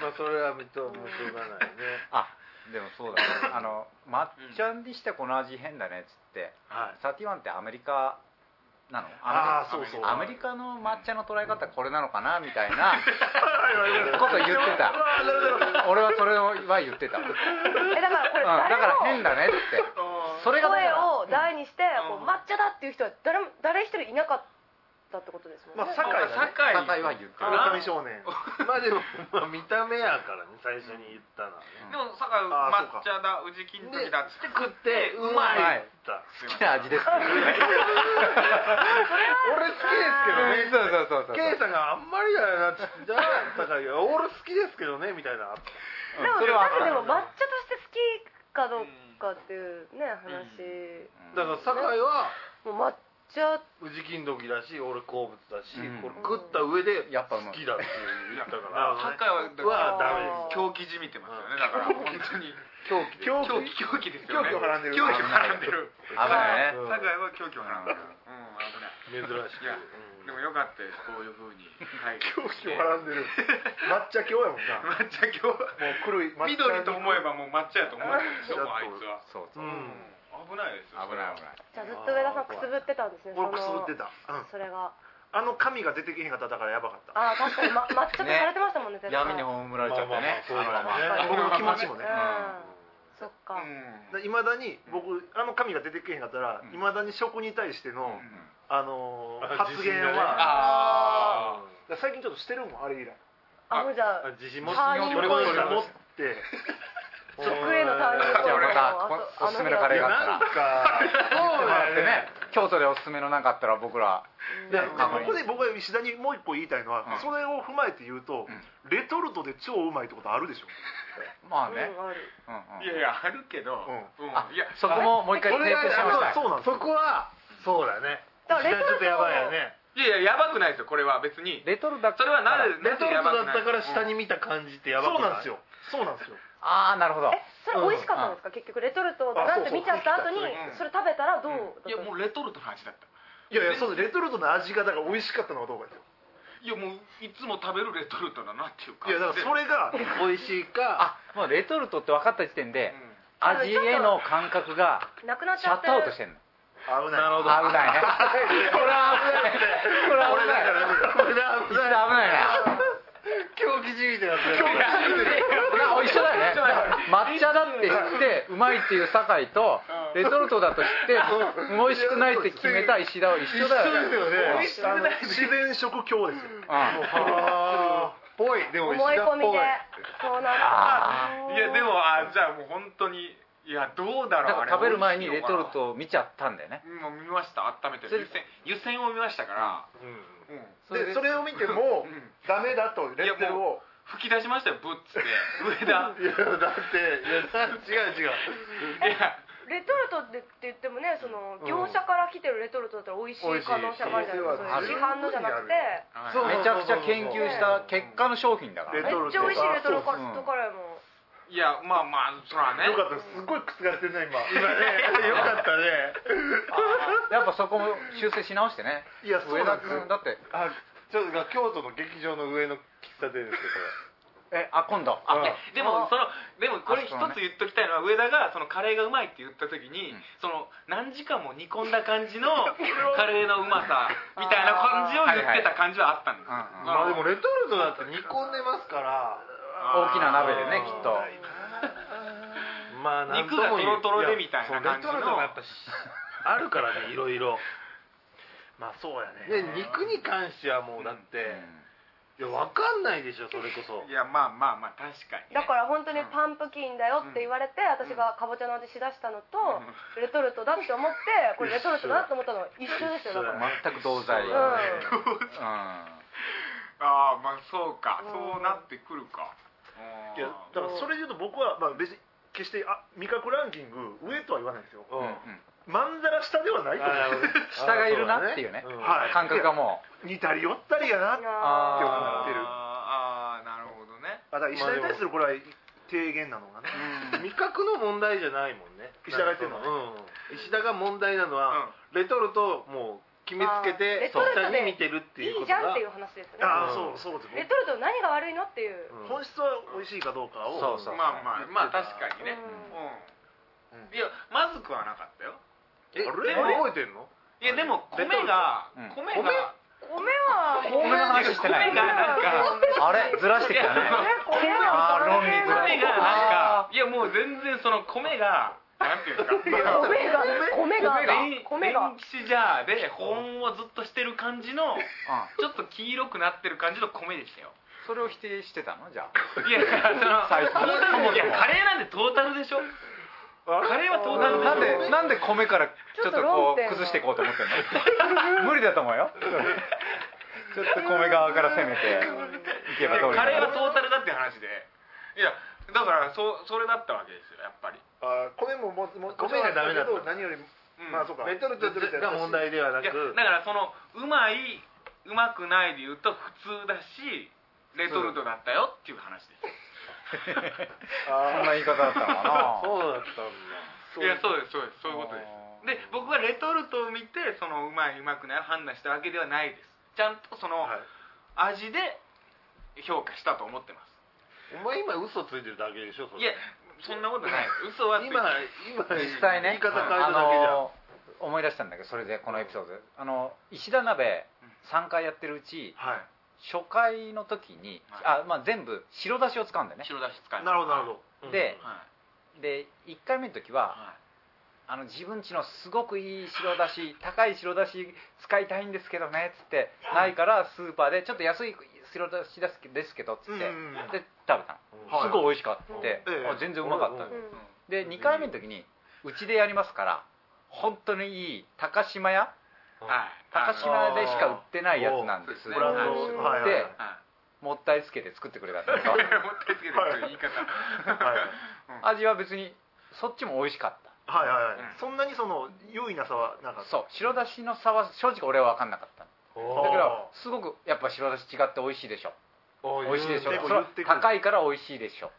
Speaker 2: まあそれは認めともうしょうがないね
Speaker 3: あでもそうだねあの抹茶にしてこの味変だねっつって
Speaker 5: はい
Speaker 3: サティワンってアメリカなの
Speaker 5: ああ
Speaker 3: の
Speaker 5: そうそう
Speaker 3: アメリカの抹茶の捉え方これなのかなみたいなこと言ってた
Speaker 5: あなるほど
Speaker 3: 俺はそれは言ってた、うん、だ
Speaker 4: えだからこれ
Speaker 3: から
Speaker 4: 誰
Speaker 3: 変
Speaker 4: も
Speaker 3: だねってそれがだか
Speaker 4: 声
Speaker 3: ら
Speaker 4: を大にしてこ
Speaker 1: う
Speaker 4: うん抹茶だっていう人は誰も誰一人いなかったってことですもんね
Speaker 5: まあ堺だね
Speaker 1: 堺
Speaker 3: 堺は言ってる
Speaker 5: 村上少年
Speaker 2: まあでも、まあ、見た目やからね最初に言ったのはね
Speaker 1: でも堺
Speaker 5: あーそうか
Speaker 1: 抹茶だ宇治金時だっつって食って
Speaker 2: うま
Speaker 3: はいい
Speaker 2: だ
Speaker 3: 好きな味ですっていう
Speaker 2: 俺好きですけどね
Speaker 3: そうそうそうそう
Speaker 2: K さんがあんまりだよなってじゃあだから俺好きですけどねみたいな
Speaker 4: でも
Speaker 3: それはあっ
Speaker 4: 多
Speaker 3: た
Speaker 4: 分でも抹茶として好きかどうかっていうね話
Speaker 2: だから酒井は
Speaker 4: もう抹茶
Speaker 2: 宇治金時だし俺好物だし、
Speaker 3: うん
Speaker 2: これ食った上で
Speaker 3: やっぱ
Speaker 2: 好
Speaker 3: うまい
Speaker 2: きだって言ったか
Speaker 5: なる
Speaker 2: ら
Speaker 5: ほどね
Speaker 1: 堺はだから
Speaker 2: はダメです
Speaker 1: 狂気じみてますよねだから本当に
Speaker 2: 狂気
Speaker 1: 狂気狂気ですよね
Speaker 5: 狂気をはらんでる
Speaker 1: 狂気をはらんでる
Speaker 3: 危ないね
Speaker 1: うん酒井は狂気をはらんでるうん危ない
Speaker 2: 珍し
Speaker 1: いや
Speaker 2: く
Speaker 1: でもよかったですこういう風にはい
Speaker 5: 狂気をはらんで る抹茶狂やもんなもう
Speaker 1: 抹茶今日
Speaker 5: 狂い抹茶
Speaker 1: 緑と思えばもう抹茶やと思ってるでしょもうあいつは
Speaker 3: そうそうう、
Speaker 5: ん
Speaker 1: うん危ないですよ
Speaker 3: 危ない危ない
Speaker 4: じゃあずっと上田さんくすぶってたんですね
Speaker 5: 俺くすぶって
Speaker 4: た
Speaker 5: た、うん、
Speaker 4: それが
Speaker 5: あの神が出てけへんかっただからやばかった
Speaker 4: ああ確かに、ま、抹茶とされてましたもんね絶対
Speaker 3: 闇に葬られちゃってね
Speaker 2: まあまあまあそうだよね
Speaker 5: 僕の気持ちもね
Speaker 4: うんそっか、
Speaker 1: うん
Speaker 5: いまだに僕あの神が出てけへんかったら
Speaker 3: うん
Speaker 5: いまだに食に対しての、あのー発言
Speaker 2: 自信がね
Speaker 5: は、
Speaker 3: あ
Speaker 5: だから最近ちょっとしてるもんあれ以来
Speaker 4: あもうじゃあ
Speaker 2: 自信
Speaker 4: タ
Speaker 2: 持
Speaker 4: ーニングポイン
Speaker 5: それ
Speaker 4: ト
Speaker 5: 持 って
Speaker 4: 食へのターニング
Speaker 3: じゃ
Speaker 4: ポイント
Speaker 3: あまたおすすめのカレーがあったらそうやってね京都でおすすめのなんかあったら僕ら
Speaker 5: で
Speaker 4: うん
Speaker 5: でここで僕は石田にもう一個言いたいのは、
Speaker 3: うん
Speaker 5: それを踏まえて言うと、レトルトで超うまいってことあるでしょ、
Speaker 3: まあ
Speaker 4: う
Speaker 3: ね
Speaker 4: んある
Speaker 3: うんうん
Speaker 1: いやいやあるけど、
Speaker 5: う
Speaker 1: うん
Speaker 3: あ
Speaker 1: いや
Speaker 3: そこももう一回訂
Speaker 2: それは
Speaker 3: 正しました
Speaker 5: そうなんです
Speaker 2: そこはそうだね
Speaker 4: だからレトルト
Speaker 2: ちょっとやばいよね
Speaker 1: いやいややばくないですよこれは別に
Speaker 3: レトルト
Speaker 1: それはなぜ
Speaker 2: レトルトだったから下
Speaker 1: に
Speaker 2: に見た感じってやば
Speaker 5: そう
Speaker 2: くな
Speaker 5: なんで
Speaker 2: い
Speaker 5: すよそうなんですよ
Speaker 3: ああなるほど
Speaker 4: えそれ美味しかったんですか、結局レトルトだなって見ちゃった後に
Speaker 1: あ
Speaker 4: そ
Speaker 1: そう
Speaker 4: れ食べたらどうだったん
Speaker 1: い
Speaker 4: で
Speaker 1: や
Speaker 4: すか
Speaker 1: もうレトルトの味だった
Speaker 5: いやいやそうレトルトの味がだから美味しかったのはどうかですよ
Speaker 1: いやもういつも食べるレトルトだなっていうか
Speaker 5: いやだからそれが
Speaker 2: 美味しいか
Speaker 3: あもうレトルトって分かった時点で
Speaker 1: うん
Speaker 3: 味への感覚が
Speaker 4: なくなっ
Speaker 3: シ
Speaker 4: ちゃ
Speaker 3: ャッ
Speaker 4: っ
Speaker 3: トアウトしててんの
Speaker 5: 合うない
Speaker 2: なるほ
Speaker 3: 危
Speaker 2: ど
Speaker 3: ないねこれは危ないねこれは危ない
Speaker 2: これだ
Speaker 3: 一緒だ危ないね
Speaker 2: 狂気じみたいな
Speaker 3: これは一緒だよね抹茶だって言ってうまいっていう酒井とレトルトだと知って美味しくないって決めた石田は一緒だよね
Speaker 2: よね
Speaker 5: あの自然食強ですよ
Speaker 2: あーぽいでも
Speaker 4: 思
Speaker 2: 石田
Speaker 4: い込
Speaker 2: っ
Speaker 4: みでそ
Speaker 2: ぽい
Speaker 4: うな
Speaker 3: あ
Speaker 4: ん
Speaker 1: いやでもあじゃあもう本当にいやどうだ
Speaker 3: だ
Speaker 1: ろうあ
Speaker 3: から
Speaker 1: れ
Speaker 3: 食べる前にレトル
Speaker 1: ト
Speaker 3: トを見ちゃったんだよね
Speaker 1: もう見ました温めて
Speaker 3: それ
Speaker 1: 湯煎湯煎を見ましたから、
Speaker 2: う
Speaker 1: うん
Speaker 5: でそれを見て
Speaker 1: う
Speaker 5: も
Speaker 1: ん
Speaker 5: ダメだとレッテルを
Speaker 1: 吹き出しましたよぶっつって上田
Speaker 2: んいやだっていやだ違う違う
Speaker 1: いや
Speaker 4: レトルトって言ってもねその業者から来てるレトルトだったら美味しい可能性があるじゃないですかそう
Speaker 1: はい
Speaker 4: いう市販のじゃなくて
Speaker 2: そう
Speaker 3: めちゃくちゃ研究した結果の商品だから
Speaker 5: レ
Speaker 4: め
Speaker 5: ト
Speaker 3: ね
Speaker 5: ル
Speaker 4: っちゃ美味しいレトルトカレー
Speaker 3: うん
Speaker 4: も
Speaker 1: いやまあまあそらね
Speaker 5: よかったですすごい覆ってるね今
Speaker 2: 今 ねよかったね
Speaker 3: やっぱそこも修正し直してね
Speaker 5: いやそう
Speaker 3: 上
Speaker 5: な
Speaker 3: 田
Speaker 5: んですよ
Speaker 3: 君だって
Speaker 2: あちょっとが京都の劇場の上の喫茶店です
Speaker 3: えあ今度
Speaker 2: うん
Speaker 1: いやでもそのでもこれ一
Speaker 3: あそうね
Speaker 1: つ言っときたいのは上田がそのカレーがうまいって言った時に、
Speaker 3: うん
Speaker 1: その何時間も煮込んだ感じのカレーのうまさみたいな感じを言ってた感じはあったんです、
Speaker 3: はいはいうん
Speaker 2: けどまあでも
Speaker 1: レ
Speaker 2: レトルトだったら煮込んでますから
Speaker 3: 大きな鍋でねきっと
Speaker 2: まあなんとも言う
Speaker 1: 肉がトロトロでみたいな感じの
Speaker 2: そうレトルトもやっぱしあるからねいろいろ
Speaker 5: まあそうやね
Speaker 2: で肉に関してはもうだって、いやわかんないでしょそれこそ
Speaker 1: いやまあまあまあ確かに、ね、
Speaker 4: だから本当にパンプキンだよって言われて私がかぼちゃの味しだしたのとレトルトだって思ってこれレトルトだって思ったのは一緒ですよだから
Speaker 3: 全く同
Speaker 4: ん
Speaker 3: 罪
Speaker 2: そうだね
Speaker 3: う
Speaker 1: ああまあそうか、
Speaker 4: うん
Speaker 1: そうなってくるか
Speaker 5: いやだからそれで言うと僕は、まあ、別に決してあ味覚ランキング上とは言わないですよ
Speaker 2: うん
Speaker 3: ん
Speaker 5: まんざら下ではないと思
Speaker 2: あ
Speaker 5: う
Speaker 3: 下がいるなっていうね
Speaker 2: そだ
Speaker 5: はい
Speaker 3: 感覚がも
Speaker 5: 似たり寄ったりやな
Speaker 4: あ
Speaker 5: 今日
Speaker 1: あ
Speaker 5: はなってる
Speaker 1: あーなるほどね
Speaker 5: あだから石田に対するこれは提言なのかな
Speaker 2: うん味覚の問題じゃないもんね
Speaker 5: 石田が言ってるの
Speaker 2: うん石田が問題なのは、レトルトをもう決めつけ
Speaker 4: あーレ
Speaker 2: て
Speaker 4: トルトで
Speaker 2: 下に見てるって
Speaker 4: ーい
Speaker 2: いうこ
Speaker 4: い
Speaker 2: と
Speaker 4: じゃんっ
Speaker 2: が
Speaker 4: ていう話ですよね
Speaker 5: ああそうそうです
Speaker 4: レトルトの何が悪いのっていう
Speaker 2: うん
Speaker 5: 本質は美味しいかどうかを
Speaker 2: そうそう
Speaker 1: まあまあまあ確かにね、
Speaker 4: う
Speaker 1: うんいやまずくはなかったよ
Speaker 2: え
Speaker 5: あ
Speaker 2: 覚
Speaker 5: れ
Speaker 2: えてんの
Speaker 1: いやでも米が
Speaker 3: うん
Speaker 1: 米が
Speaker 4: 米は
Speaker 3: う米の話してない
Speaker 1: 米がなんか
Speaker 3: あれずらしてきたね
Speaker 4: 米は
Speaker 3: あー論理ずら
Speaker 1: 米がなんかいやもう全然その米がなんていうんですか
Speaker 4: 米が米が
Speaker 1: 電
Speaker 4: 米が
Speaker 1: 電気シジャーで保温をずっとしてる感じの
Speaker 3: うん
Speaker 1: ちょっと黄色くなってる感じの米でしたよ
Speaker 3: それを否定してたのじゃあ
Speaker 1: いやその
Speaker 3: 最初
Speaker 1: トータルいやカレーなんてトータルでしょカレーはトータル
Speaker 3: なん
Speaker 1: でしょ
Speaker 3: でなんで米からちょ
Speaker 4: ちょ
Speaker 3: っとこ
Speaker 4: っと論点
Speaker 3: う
Speaker 4: が
Speaker 3: 崩していこうと思ってんの 無理だと思うよちょっと米側から攻めていけばどうにか
Speaker 1: カレーは
Speaker 3: なる
Speaker 1: トータルだっていう話でいやだからそそれだったわけですよやっぱり、
Speaker 5: あー米ももも
Speaker 2: 米がダメだった
Speaker 5: もちろんけど何より
Speaker 1: うん
Speaker 5: まあそうか
Speaker 2: レトルトが問題ではない
Speaker 1: や
Speaker 2: く
Speaker 1: だからそのうまいうまくないで言うと普通だしレトルトだったよっていう話です、
Speaker 3: そんな言い方だったのかな
Speaker 2: そうだったん
Speaker 1: い
Speaker 2: だ
Speaker 1: やそうですそうですそういうことですで僕はレトルトを見てそのうまいうまくないを判断したわけではないですちゃんとその
Speaker 5: はい
Speaker 1: 味で評価したと思ってます、
Speaker 2: お前今嘘ついてるだけでしょそ
Speaker 1: いや
Speaker 2: れ
Speaker 1: そんなことない嘘はついて
Speaker 2: 今
Speaker 1: ない
Speaker 2: 今
Speaker 3: 実際ね
Speaker 2: 言い方変え
Speaker 3: あ
Speaker 2: ただけじゃん
Speaker 3: の思い出したんだけどそれでこのエピソード、あの石田鍋3回やってるうち
Speaker 5: はい
Speaker 3: 初回の時に、
Speaker 1: は
Speaker 3: あまあ、全部白だしを使うんだよね
Speaker 1: 白だし使い
Speaker 5: なるほどなるほ
Speaker 2: うん
Speaker 3: で
Speaker 1: はい
Speaker 3: で1回目の時は
Speaker 1: は
Speaker 3: あの自分ちのすごくいい白だし高い白だし使いたいんですけどねっつってないからスーパーでちょっと安い白だしですけですけどっつ
Speaker 5: どう
Speaker 3: って、
Speaker 5: んうんうん
Speaker 3: で食べたの、
Speaker 5: はい
Speaker 3: すごい美味しかった、
Speaker 2: え
Speaker 5: え
Speaker 3: あ全然うまかった、
Speaker 2: うん
Speaker 4: うん
Speaker 3: で2回目の時にうちでやりますから本当にいい高島屋
Speaker 1: いはい
Speaker 3: 高島屋でしか売ってないやつなんです
Speaker 1: あ
Speaker 5: ブランド
Speaker 1: はい
Speaker 5: はいはい
Speaker 3: で
Speaker 1: は
Speaker 3: もったいつけて作ってくれたんだけ
Speaker 1: い
Speaker 3: ど
Speaker 1: もったいつけてる言い方
Speaker 5: はい
Speaker 3: 味は別にそっちも美味しかっ
Speaker 5: はいはいはい、
Speaker 1: うん
Speaker 5: そんなにその優位な差はなん
Speaker 3: た
Speaker 5: か
Speaker 3: そう白だしの差は正直俺は分かんなかった
Speaker 5: あー
Speaker 3: だからすごくやっぱ白だし違って美味しいでしょ美味しいでしょ
Speaker 5: 結構
Speaker 3: それは
Speaker 5: 言ってくる
Speaker 3: 高いから美味しいでしょ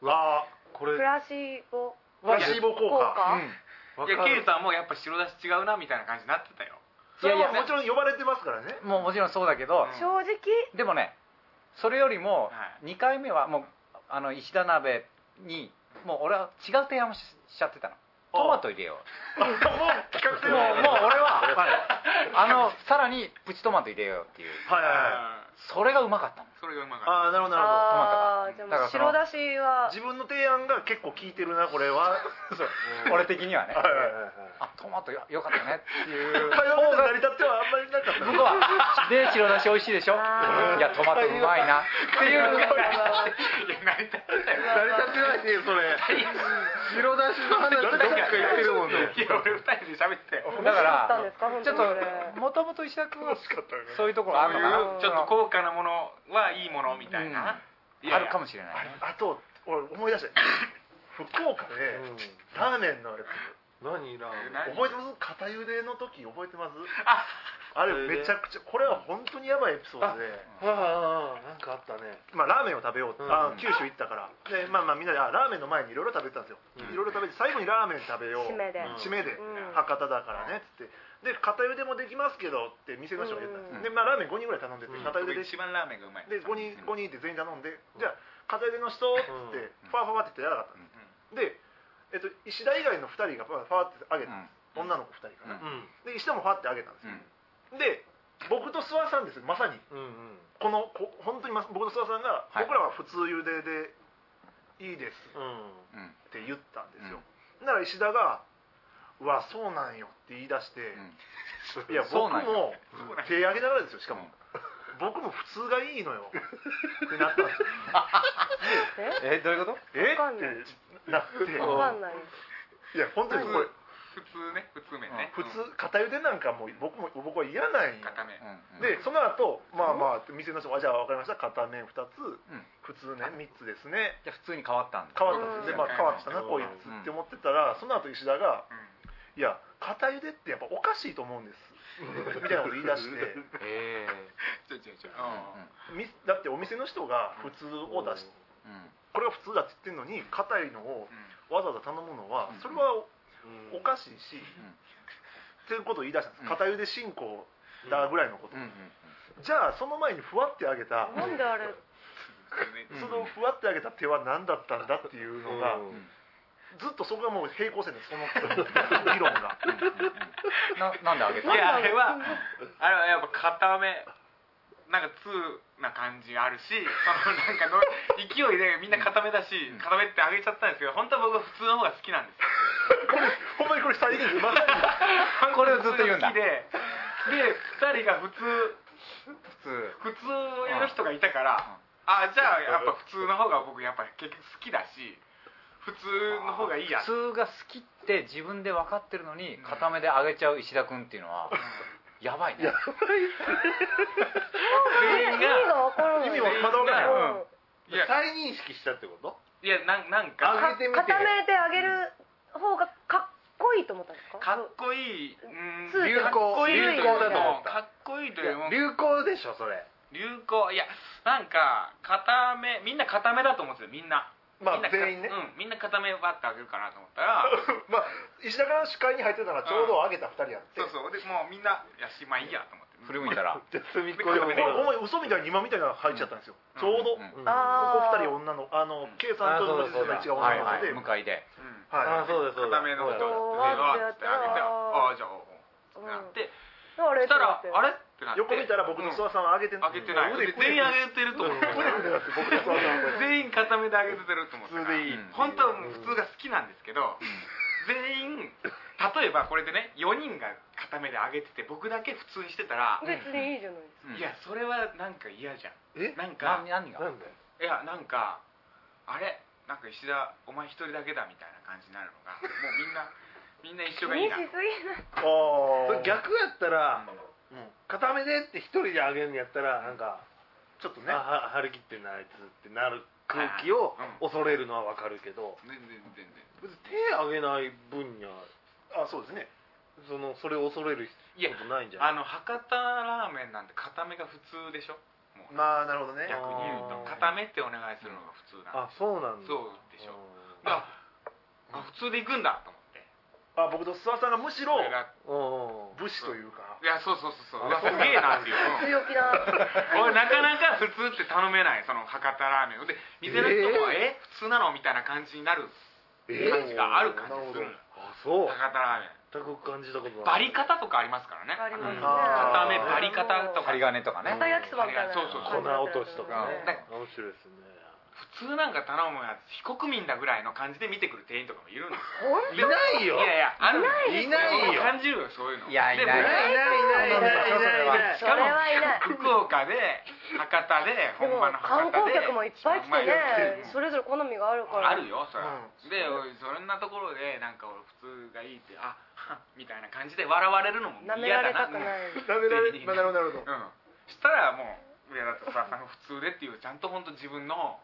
Speaker 5: うわ
Speaker 2: これ
Speaker 4: プラシーボ
Speaker 5: ープラシーボ効
Speaker 4: 効
Speaker 5: 果
Speaker 4: 果
Speaker 2: わ
Speaker 1: いや
Speaker 2: か
Speaker 1: ケイ
Speaker 2: る
Speaker 1: さんもやっぱ白だし違うなみたいな感じになってたよ
Speaker 5: それ
Speaker 3: いや
Speaker 5: はい
Speaker 3: や
Speaker 5: もちろん呼ばれてますからね
Speaker 3: もうもちろんそうだけど、
Speaker 1: うん
Speaker 4: 正直
Speaker 3: でもねそれよりも
Speaker 1: は
Speaker 3: 2回目はもうあの石田鍋にもう俺は違う提案をししちゃってたのトマト入れよ
Speaker 5: 企画
Speaker 3: う
Speaker 5: 性
Speaker 3: もうもう
Speaker 5: は
Speaker 3: 俺は
Speaker 5: はい
Speaker 3: あのさらにプチトマト入れようっていう
Speaker 5: はいはいはい
Speaker 1: あ
Speaker 3: それがうまかったの
Speaker 1: ーそれがうまかっ
Speaker 5: ああなるほどなるほど
Speaker 4: ああーじ
Speaker 3: ト
Speaker 4: ゃあ
Speaker 3: マト
Speaker 4: もう白だしは
Speaker 5: 自分の提案が結構効いてるなこれは
Speaker 3: そう俺的にはね
Speaker 5: はいはいはい
Speaker 3: あトマトよよかったねっていう
Speaker 5: 会話の成り立ってはあんまりなかった
Speaker 3: 向こうは「で白だし美味しいでしょ」
Speaker 4: あー
Speaker 3: いやトマトうまいなっていう
Speaker 1: たいや成り立ってたよ
Speaker 2: 成り立ってないねそれ白だしの話どっか言ってるもんね
Speaker 1: いや俺二人で喋ってたよ
Speaker 3: だか
Speaker 4: あったん
Speaker 3: ら
Speaker 4: ですか本
Speaker 3: ち
Speaker 4: 当
Speaker 3: ょっ
Speaker 4: にそれ
Speaker 3: ともともと石田君は
Speaker 5: かったよね
Speaker 3: そういうところあ
Speaker 1: そう
Speaker 3: るのか
Speaker 1: い
Speaker 3: な
Speaker 1: うちょっと高価なものはいいものみたいな、いや
Speaker 3: あ
Speaker 1: いや
Speaker 3: るかもしれないね
Speaker 5: あと俺思い出した福岡でラーメンのあれ
Speaker 2: 何ラーメン
Speaker 1: 何
Speaker 5: 覚えてます片茹での時覚えてます
Speaker 1: あ
Speaker 5: あれめちゃくちゃこれは本当にやばいエピソードで
Speaker 2: ああなんかあったね
Speaker 5: まあ、ラーメンを食べようって、
Speaker 2: うん
Speaker 5: あー九州行ったからで、まあ、まあみんなであラーメンの前にいろいろ食べてたんですよ
Speaker 2: うん
Speaker 5: いろいろ食べて最後にラーメン食べよう
Speaker 4: 締めで
Speaker 5: 締めで、
Speaker 4: うん
Speaker 5: 博多だからねっつってで片茹でもできますけどって店の人が言ったんです、でまあ、ラーメン5人ぐらい頼んでて
Speaker 2: うん
Speaker 5: 片茹でで
Speaker 1: 一番ラーメンがうまい
Speaker 5: で5人五人いて全員頼んで、じゃあ片手の人っつっ
Speaker 2: う
Speaker 5: てファーファーって言ってやらなかったんです、で、えっと、石田以外の2人がファーファーってあげたんです、
Speaker 1: うん
Speaker 5: 女の子2人かな、
Speaker 2: うん
Speaker 5: で石田もファーってあげたんですよ、で僕と諏訪さんですまさに
Speaker 2: うんうん
Speaker 5: このこ本当にま僕と諏訪さんが、
Speaker 3: はい
Speaker 5: 僕らは普通茹ででいいです
Speaker 2: うん
Speaker 3: うん
Speaker 5: って言ったんですよ、なら石田が「うわそうなんよ」って言い出して、いや
Speaker 3: そう
Speaker 5: 僕
Speaker 3: なん
Speaker 5: も
Speaker 1: そうなんよ
Speaker 5: 手上げながらですよしかも、僕も普通がいいのよってなったんですよ
Speaker 4: え
Speaker 3: えどういうこと
Speaker 5: え
Speaker 4: わかんない
Speaker 5: ってなって
Speaker 4: わかんない
Speaker 5: いや本当にこれ
Speaker 1: 普通ね普通麺ね
Speaker 5: 普通片茹でなんかもう僕も僕は嫌なん
Speaker 1: うん
Speaker 5: よ
Speaker 1: 片麺
Speaker 5: でその後まあまあ店の人も「あじゃあ分かりました片面2つ普通ね3つですね
Speaker 3: じゃあ普通に変わったんだ
Speaker 5: 変わったんです
Speaker 4: う
Speaker 5: ね
Speaker 4: ん
Speaker 5: まあ変わったな
Speaker 2: うん
Speaker 5: こいつ」って思ってたらその後石田が「いや片茹でってやっぱおかしいと思うん です」みたいなこと言い出して
Speaker 3: へえ
Speaker 1: ちょちょちょ
Speaker 5: みだってお店の人が普通を出しこれが普通だって言ってんのに硬いのをわざわざ頼むのはそれは
Speaker 2: うん
Speaker 5: おかしいし、っていうことを言い出したんです、片腕進行だぐらいのこと、じゃあその前にふわってあげた、
Speaker 4: なんであれ
Speaker 1: 普
Speaker 5: そのふわってあげた手は何だったんだっていうのが、
Speaker 2: うん
Speaker 5: ずっとそこがもう平行線ですその 議論が
Speaker 3: ななんであげた
Speaker 1: いやあれはあれはやっぱ片麺なんか通な感じあるしそのなんかの勢いでみんな固めだし固めってあげちゃったんですけど本当は僕は普通の方が好きなんですよ
Speaker 5: ほんまにこれ再現ですまさに
Speaker 3: これをずっと言うんだ
Speaker 1: 好きでで2人が普通
Speaker 3: 普通
Speaker 1: 普通の人がいたから、あじゃあやっぱ普通の方が僕やっぱ結局好きだし普通の方がいいや
Speaker 3: 普通が好きって自分で分かってるのに固めであげちゃう石田君っていうのはやばいね
Speaker 4: 意味がわからない
Speaker 5: 意味はまだわから
Speaker 1: う
Speaker 5: ない、
Speaker 4: うん
Speaker 1: いや
Speaker 2: 再認識したってこと
Speaker 1: いやなんなん
Speaker 2: あ
Speaker 1: か
Speaker 2: げてみて
Speaker 4: 固めてあげる方がかっこいいと思ったんですか
Speaker 1: かっこいい、うん、
Speaker 4: 通って
Speaker 1: かっこいいというより
Speaker 4: 流行流行だと
Speaker 2: 思
Speaker 1: も
Speaker 2: った
Speaker 1: かっこいいと
Speaker 2: い
Speaker 1: いうよりも
Speaker 2: や流行でしょそれ
Speaker 1: 流行いやなんか固めみんな固めだと思ってるみんな。
Speaker 5: ま
Speaker 1: みんな
Speaker 5: あ
Speaker 1: か
Speaker 5: 全員ね、
Speaker 1: うん、みんな固めばってあげるかなと思った ら
Speaker 5: まあ石田が視界に入ってたらちょうどあげた2人やって
Speaker 1: そうそうでもうみんな「いやしまあいいや」と思って
Speaker 3: 振り向いたら
Speaker 2: じゃあ隅っこで
Speaker 5: ほ
Speaker 2: も
Speaker 5: んまに嘘みたいに今みたいなの入っちゃったんですよ、ちょうど、
Speaker 3: うんうん
Speaker 5: こ
Speaker 4: あ
Speaker 5: こ
Speaker 4: ー
Speaker 5: 二人女のあの K さんとの
Speaker 2: そうだ
Speaker 5: 一が
Speaker 3: はい
Speaker 5: 女の
Speaker 3: は
Speaker 5: 子で
Speaker 3: い向かいで
Speaker 1: うん
Speaker 2: あ
Speaker 5: は
Speaker 2: あそうですそうです
Speaker 1: 固めの人
Speaker 4: はい
Speaker 1: ってあげてああじゃあおうおうってなって
Speaker 4: あれ
Speaker 1: したら
Speaker 4: って
Speaker 1: あれってなっ
Speaker 5: い
Speaker 1: て
Speaker 5: 横見たら僕の諏訪さんは上げて
Speaker 1: 上げてない
Speaker 5: 腕
Speaker 1: で全員上げてると思う
Speaker 5: 腕だって僕の諏訪さんは
Speaker 1: 全員固めで上げてると思う
Speaker 5: 普通でいい
Speaker 1: うん本当はもう普通が好きなんですけど全員例えばこれでね4人が固めで上げてて僕だけ普通にしてたら
Speaker 4: 別にいいじゃないですか
Speaker 3: うん
Speaker 1: いやそれはなんか嫌じゃん
Speaker 5: え
Speaker 1: なん
Speaker 3: な
Speaker 1: か
Speaker 3: 何が
Speaker 2: なんで
Speaker 1: いやなんかあれなんか石田お前一人だけだみたいな感じになるのがもうみんなみんな一 緒
Speaker 4: 気
Speaker 1: がいい
Speaker 4: にし
Speaker 1: な
Speaker 4: すぎない
Speaker 5: あ
Speaker 2: それ
Speaker 5: ー
Speaker 2: 逆やったら
Speaker 5: うん
Speaker 2: 固めでって一人であげるんやったらなんか
Speaker 5: ちょっとね
Speaker 2: あは張り切ってんなあいつってなる空気を
Speaker 1: あー
Speaker 2: 恐れるのはわかるけど
Speaker 1: 全然全然
Speaker 2: 別に手あげない分には
Speaker 5: あそうですね
Speaker 2: そのそれを恐れる
Speaker 1: いや
Speaker 2: ことないんじゃない
Speaker 1: あの博多ラーメンなんて固めが普通でしょもう
Speaker 5: まあなるほどね
Speaker 1: 逆に言うと
Speaker 2: あー
Speaker 1: 固めってお願いするのが普通なの
Speaker 2: あそうなんだ
Speaker 1: そうでしょ
Speaker 2: う
Speaker 1: だからあ普通で行くんだと思って
Speaker 5: あ僕と諏訪さんがむしろ
Speaker 1: それが
Speaker 2: んうんうん
Speaker 5: 武士というか
Speaker 1: いやそうそうそうそううわすげえなっていううん
Speaker 4: 強気な
Speaker 1: 俺なかなか普通って頼めないその博多ラーメンをで店の人もえ普通なのみたいな感じになる感じがある感じするのよ
Speaker 2: あそう
Speaker 1: 博多ラーメン
Speaker 2: 全く感じたことな
Speaker 1: バ
Speaker 2: い
Speaker 1: リ方とかありますからね
Speaker 4: ありますね
Speaker 1: 固めバリ方とか
Speaker 3: 針金とかね
Speaker 4: 片焼きそばみたいな
Speaker 1: そうそう
Speaker 2: 粉落としと
Speaker 3: う
Speaker 2: か
Speaker 3: ん
Speaker 2: ね面白いですね
Speaker 1: 普通なんか頼むやつ非国民だぐらいの感じで見てくる店員とかもいるんですよ
Speaker 2: いないよ
Speaker 1: いやいやある
Speaker 2: いないよ
Speaker 1: 感じるよそういうの
Speaker 3: いやいない
Speaker 1: でも
Speaker 2: いないいないいないいない
Speaker 1: しかも
Speaker 4: それはいない
Speaker 1: 福岡で博多で
Speaker 4: で
Speaker 1: 本
Speaker 4: も
Speaker 1: 場の
Speaker 4: 観
Speaker 1: 博多
Speaker 4: 光
Speaker 1: で
Speaker 4: 客もいっぱい来てねそれぞれ好みがあるから
Speaker 1: あるよそれ、
Speaker 5: うん
Speaker 1: でおいそんなところでなんか俺普通がいいってあはっみたいな感じで笑われるのも
Speaker 4: なめ
Speaker 1: 嫌
Speaker 4: ら
Speaker 1: だ
Speaker 4: れた
Speaker 1: な
Speaker 4: くない
Speaker 5: なめられまあなるほどなるほ
Speaker 1: う
Speaker 5: ど
Speaker 1: んしたらもういやだってさあ の普通でっていうちゃんと本当自分の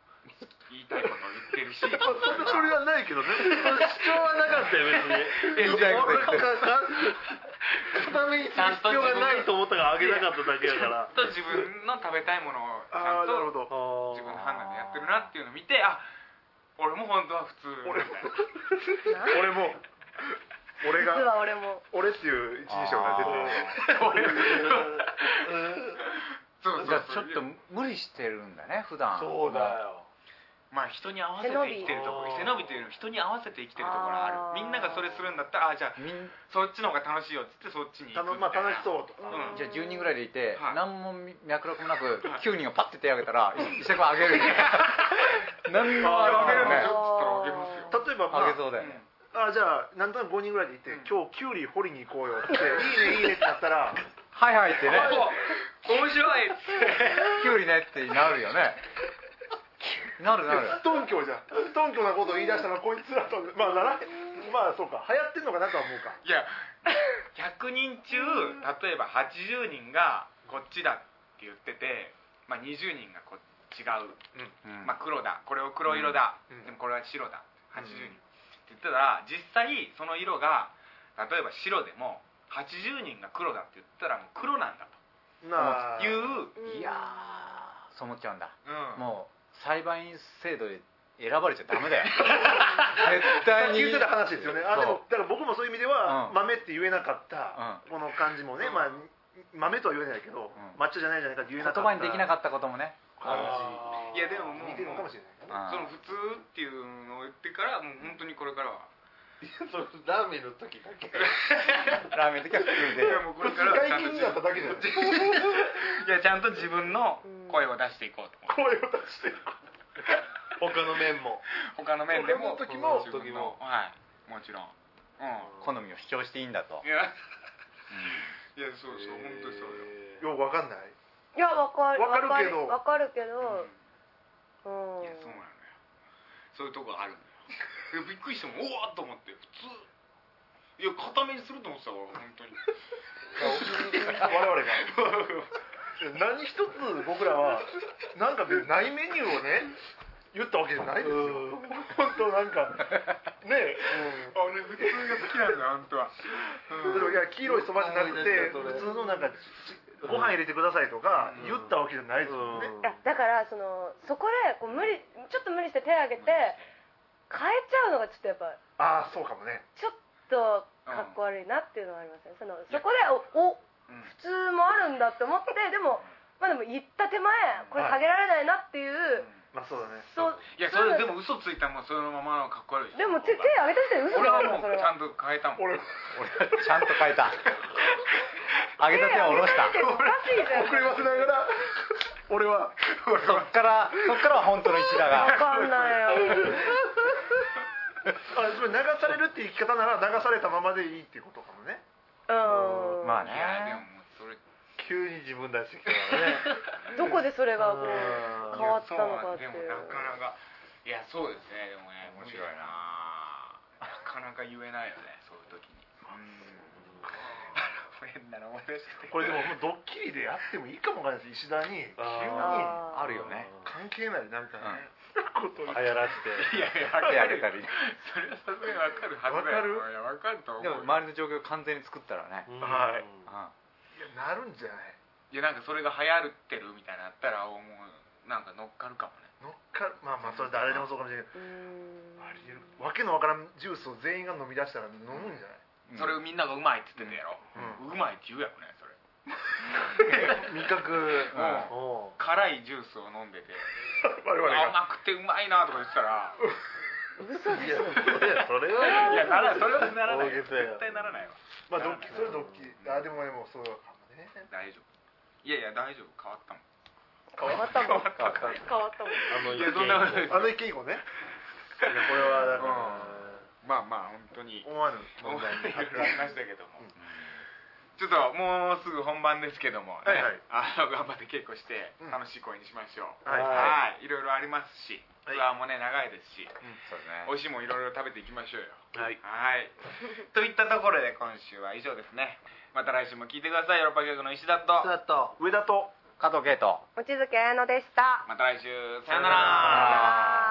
Speaker 1: 言いたいことを言ってるしそ
Speaker 5: そんなそれはないけどね
Speaker 2: 主張はなかったよ別に
Speaker 1: いや違う
Speaker 2: 俺が固めにする必要がないと思ったからあげなかっただけだから
Speaker 1: と自分の食べたいものをちゃ
Speaker 5: あ
Speaker 1: ん
Speaker 5: あなるほ
Speaker 1: と
Speaker 5: ど
Speaker 1: 自分の判断でやってるなっていうのを見てあ俺も本当は普通みたいな
Speaker 5: 俺も俺
Speaker 4: 実
Speaker 5: が
Speaker 4: は俺も
Speaker 5: 俺っていう一人称が出て
Speaker 1: そう
Speaker 3: じゃ
Speaker 1: そう
Speaker 3: あち
Speaker 1: そ
Speaker 3: ょ
Speaker 1: う
Speaker 3: っと無理してるんだね普段
Speaker 2: そうだよ
Speaker 1: まあ人に合わせて生きてるところ背
Speaker 2: 背伸
Speaker 1: 伸
Speaker 2: び
Speaker 1: びというのは人に合わせて生きてるところが
Speaker 4: あ
Speaker 1: あ
Speaker 4: ー
Speaker 1: るみんながそれするんだったらあじゃあ
Speaker 3: みん
Speaker 1: そっちの方が楽しいよっつってそっちに行
Speaker 5: た
Speaker 1: く
Speaker 5: の
Speaker 1: み
Speaker 5: まあ
Speaker 1: たいな
Speaker 5: 楽しそうと
Speaker 1: う
Speaker 5: か
Speaker 1: ん
Speaker 3: じゃあ10人ぐらいでいて、
Speaker 1: はい
Speaker 3: 何も脈絡もなく9人がパッて手挙げたら石田君あげる何もあれ
Speaker 1: あげるん
Speaker 3: も
Speaker 1: で
Speaker 3: ね
Speaker 1: しょっつったらあげますよ
Speaker 5: 例えばまあ
Speaker 3: あげそうだよね、
Speaker 5: あじゃあなんとなく5人ぐらいでいて今日キュウリ掘りに行こうよっていいねいいねってなったら
Speaker 3: はいはいってね
Speaker 1: お面白いっつって
Speaker 3: きゅうりねってなるよねなるなる
Speaker 5: ドンキョじゃんドンキョなことを言い出したらこいつらとまあならまあそうか流行ってんのかなとは思うか
Speaker 1: いや100人中例えば80人がこっちだって言ってて、まあ、20人がこ違う、
Speaker 3: うん
Speaker 1: まあ、黒だこれを黒色だ、
Speaker 5: うん
Speaker 1: でもこれは白だ80人、って言ってたら実際その色が例えば白でも80人が黒だって言ったらもう黒なんだ
Speaker 5: なあ
Speaker 1: という、うん
Speaker 3: いやーそう思っちゃうんだ
Speaker 1: もう
Speaker 3: もう裁判員制度で選ばれちゃダメだよ絶対に
Speaker 5: 聞いてた話ですよねあでも
Speaker 3: そ
Speaker 5: だから僕もそういう意味では、
Speaker 3: うん
Speaker 5: 豆って言えなかった、この感じもね、
Speaker 1: うん
Speaker 5: まあ豆とは言えないけど、
Speaker 3: ん
Speaker 5: マッチョじゃないじゃないかって言えなかった
Speaker 3: 言葉にできなか
Speaker 5: った
Speaker 3: ったこともね
Speaker 5: 話
Speaker 1: いやでももう
Speaker 5: 似てるのかもしれないね
Speaker 1: その
Speaker 3: うん
Speaker 1: 普通っていうのを言ってからもう本当にこれからは。
Speaker 2: それラーメンの時だけ
Speaker 3: ラーメンの時は普通
Speaker 1: いやもうこれからはちゃんと自分
Speaker 5: だけじ
Speaker 1: いやち
Speaker 5: ゃない
Speaker 1: ゃんと自分の声を出していこうと思って
Speaker 5: 声を出して
Speaker 2: 他の面も
Speaker 1: 他の面でも
Speaker 5: 俺の
Speaker 1: 自
Speaker 2: 時
Speaker 1: 分
Speaker 2: も
Speaker 1: のはいもちろんう
Speaker 3: で好みを主張していいんだと
Speaker 1: んいやいやそうそう本当にそうよ
Speaker 5: よくわかんない
Speaker 4: いやわかる
Speaker 5: わかるけど
Speaker 4: わかるけ
Speaker 1: うん
Speaker 4: どう
Speaker 1: い
Speaker 4: ん
Speaker 1: やそうなのよそういうとこあるんだよいやびっくりしてもおおっと思って普通いや固めにすると思ってたから本当に
Speaker 5: 我々が何一つ僕らはなんか別にないメニューをね言ったわけじゃないですよ本当なんかねえ、
Speaker 1: あ俺普通が好きなんだよ本当は
Speaker 5: うん例えばいや黄色いそばじゃなくて
Speaker 2: うん
Speaker 5: 普通のなんかご飯入れてくださいとか言ったわけじゃないですもんね、
Speaker 4: いやだからそのそこでこう無理ちょっと無理して手を挙げて変えちゃうのがちょっとやっぱ
Speaker 5: ああそうかもね
Speaker 4: ちょっとかっこ悪いなっていうのはありますねそのそこでおお普通もあるんだって思ってでもまあでも行った手前これ下げられないなっていう、
Speaker 5: まあそうだね
Speaker 4: そう
Speaker 1: いやそれでも嘘ついたらもうそのままのかっこ悪いし
Speaker 4: でも手手挙げた人に嘘
Speaker 1: 俺
Speaker 4: じゃ
Speaker 1: は
Speaker 4: ないの
Speaker 1: もう
Speaker 4: それ
Speaker 1: ちゃ
Speaker 4: は
Speaker 1: んと変えたもん
Speaker 5: 俺
Speaker 3: ちゃんと変 えた上げた手を下ろした
Speaker 4: 手挙げた人おかしいじゃん
Speaker 5: 遅れ忘れながら俺は
Speaker 3: そっからそっからは本当の石田
Speaker 4: わ
Speaker 3: が
Speaker 4: かんないよ
Speaker 5: あそれ流されるって言い方なら流されたままでいいっていうことかもね
Speaker 4: うん
Speaker 3: まあ
Speaker 1: いやでも
Speaker 3: ね
Speaker 1: もうそれ
Speaker 2: 急に自分出してきたから ね
Speaker 4: どこでそれがこう
Speaker 2: うん
Speaker 4: 変わったのかってい
Speaker 1: や
Speaker 4: う
Speaker 1: そうなんでもなかなかいやそうですねでもね面白いななかなか言えないよねそういう時に変なの思い出して
Speaker 5: これでももうドッキリでやってもいいかもわかんないです石田に急に
Speaker 4: あー
Speaker 3: あるよね
Speaker 5: 関係ないなみたいなねこと
Speaker 2: 流
Speaker 5: に
Speaker 2: 行らして
Speaker 1: いやいや
Speaker 3: 手上げ
Speaker 1: 分
Speaker 3: た
Speaker 1: かるよ
Speaker 3: り
Speaker 1: それはさすがに分かるはずだよいや分かると思う
Speaker 3: で
Speaker 1: よ
Speaker 3: も周りの状況を完全に作ったらね、
Speaker 5: はい
Speaker 3: うん
Speaker 5: いやなるんじゃない
Speaker 1: いやなんかそれが流行ってるみたいなのあったらもうなんか乗っかるかもね
Speaker 5: 乗っかるまあまあそれ誰でもそうかもしれないけど
Speaker 4: うん
Speaker 5: ありえるわけのわからんジュースを全員が飲み出したら飲むんじゃ
Speaker 1: それをみんながうまいっつってたやろ、うまいって言うやろねそれ
Speaker 2: 味覚
Speaker 1: ん
Speaker 5: ない、
Speaker 1: 辛いジュースを飲んでて
Speaker 5: 我々が
Speaker 1: 甘くてうまいなとか言ってたら
Speaker 4: 嘘でしょ
Speaker 2: それはい
Speaker 1: やならそれはならない
Speaker 2: 大げ
Speaker 1: 絶
Speaker 2: さや
Speaker 1: 対ならないわ
Speaker 5: まあドッキリそれドッキリあでもでもそうかもね
Speaker 1: 大丈夫いやいや大丈夫変わったもん
Speaker 4: 変わったもん変わったもん
Speaker 2: あの
Speaker 1: いやそんなことない
Speaker 5: あの意見以降ねいやこれはだから
Speaker 1: まあまあ本当に
Speaker 5: 思わぬ
Speaker 1: 問題に
Speaker 5: 発
Speaker 1: なりましたけども、ちょっともうすぐ本番ですけども、ね
Speaker 5: はいはい
Speaker 1: あの頑張って稽古して
Speaker 5: うん
Speaker 1: 楽しい声にしましょう、
Speaker 5: はい
Speaker 1: はい、いろいろありますしツ
Speaker 5: はい
Speaker 1: アーもね長いですし、
Speaker 3: そうですね
Speaker 1: 美味しいもんいろいろ食べていきましょうよ
Speaker 5: はい
Speaker 1: はいといったところで今週は以上ですねまた来週も聞いてくださいヨーロッパ局の石田と
Speaker 5: だと上田と
Speaker 3: 加藤圭と
Speaker 4: 望月彩乃でした
Speaker 1: また来週さよな
Speaker 5: さよな
Speaker 1: ら
Speaker 4: さよなら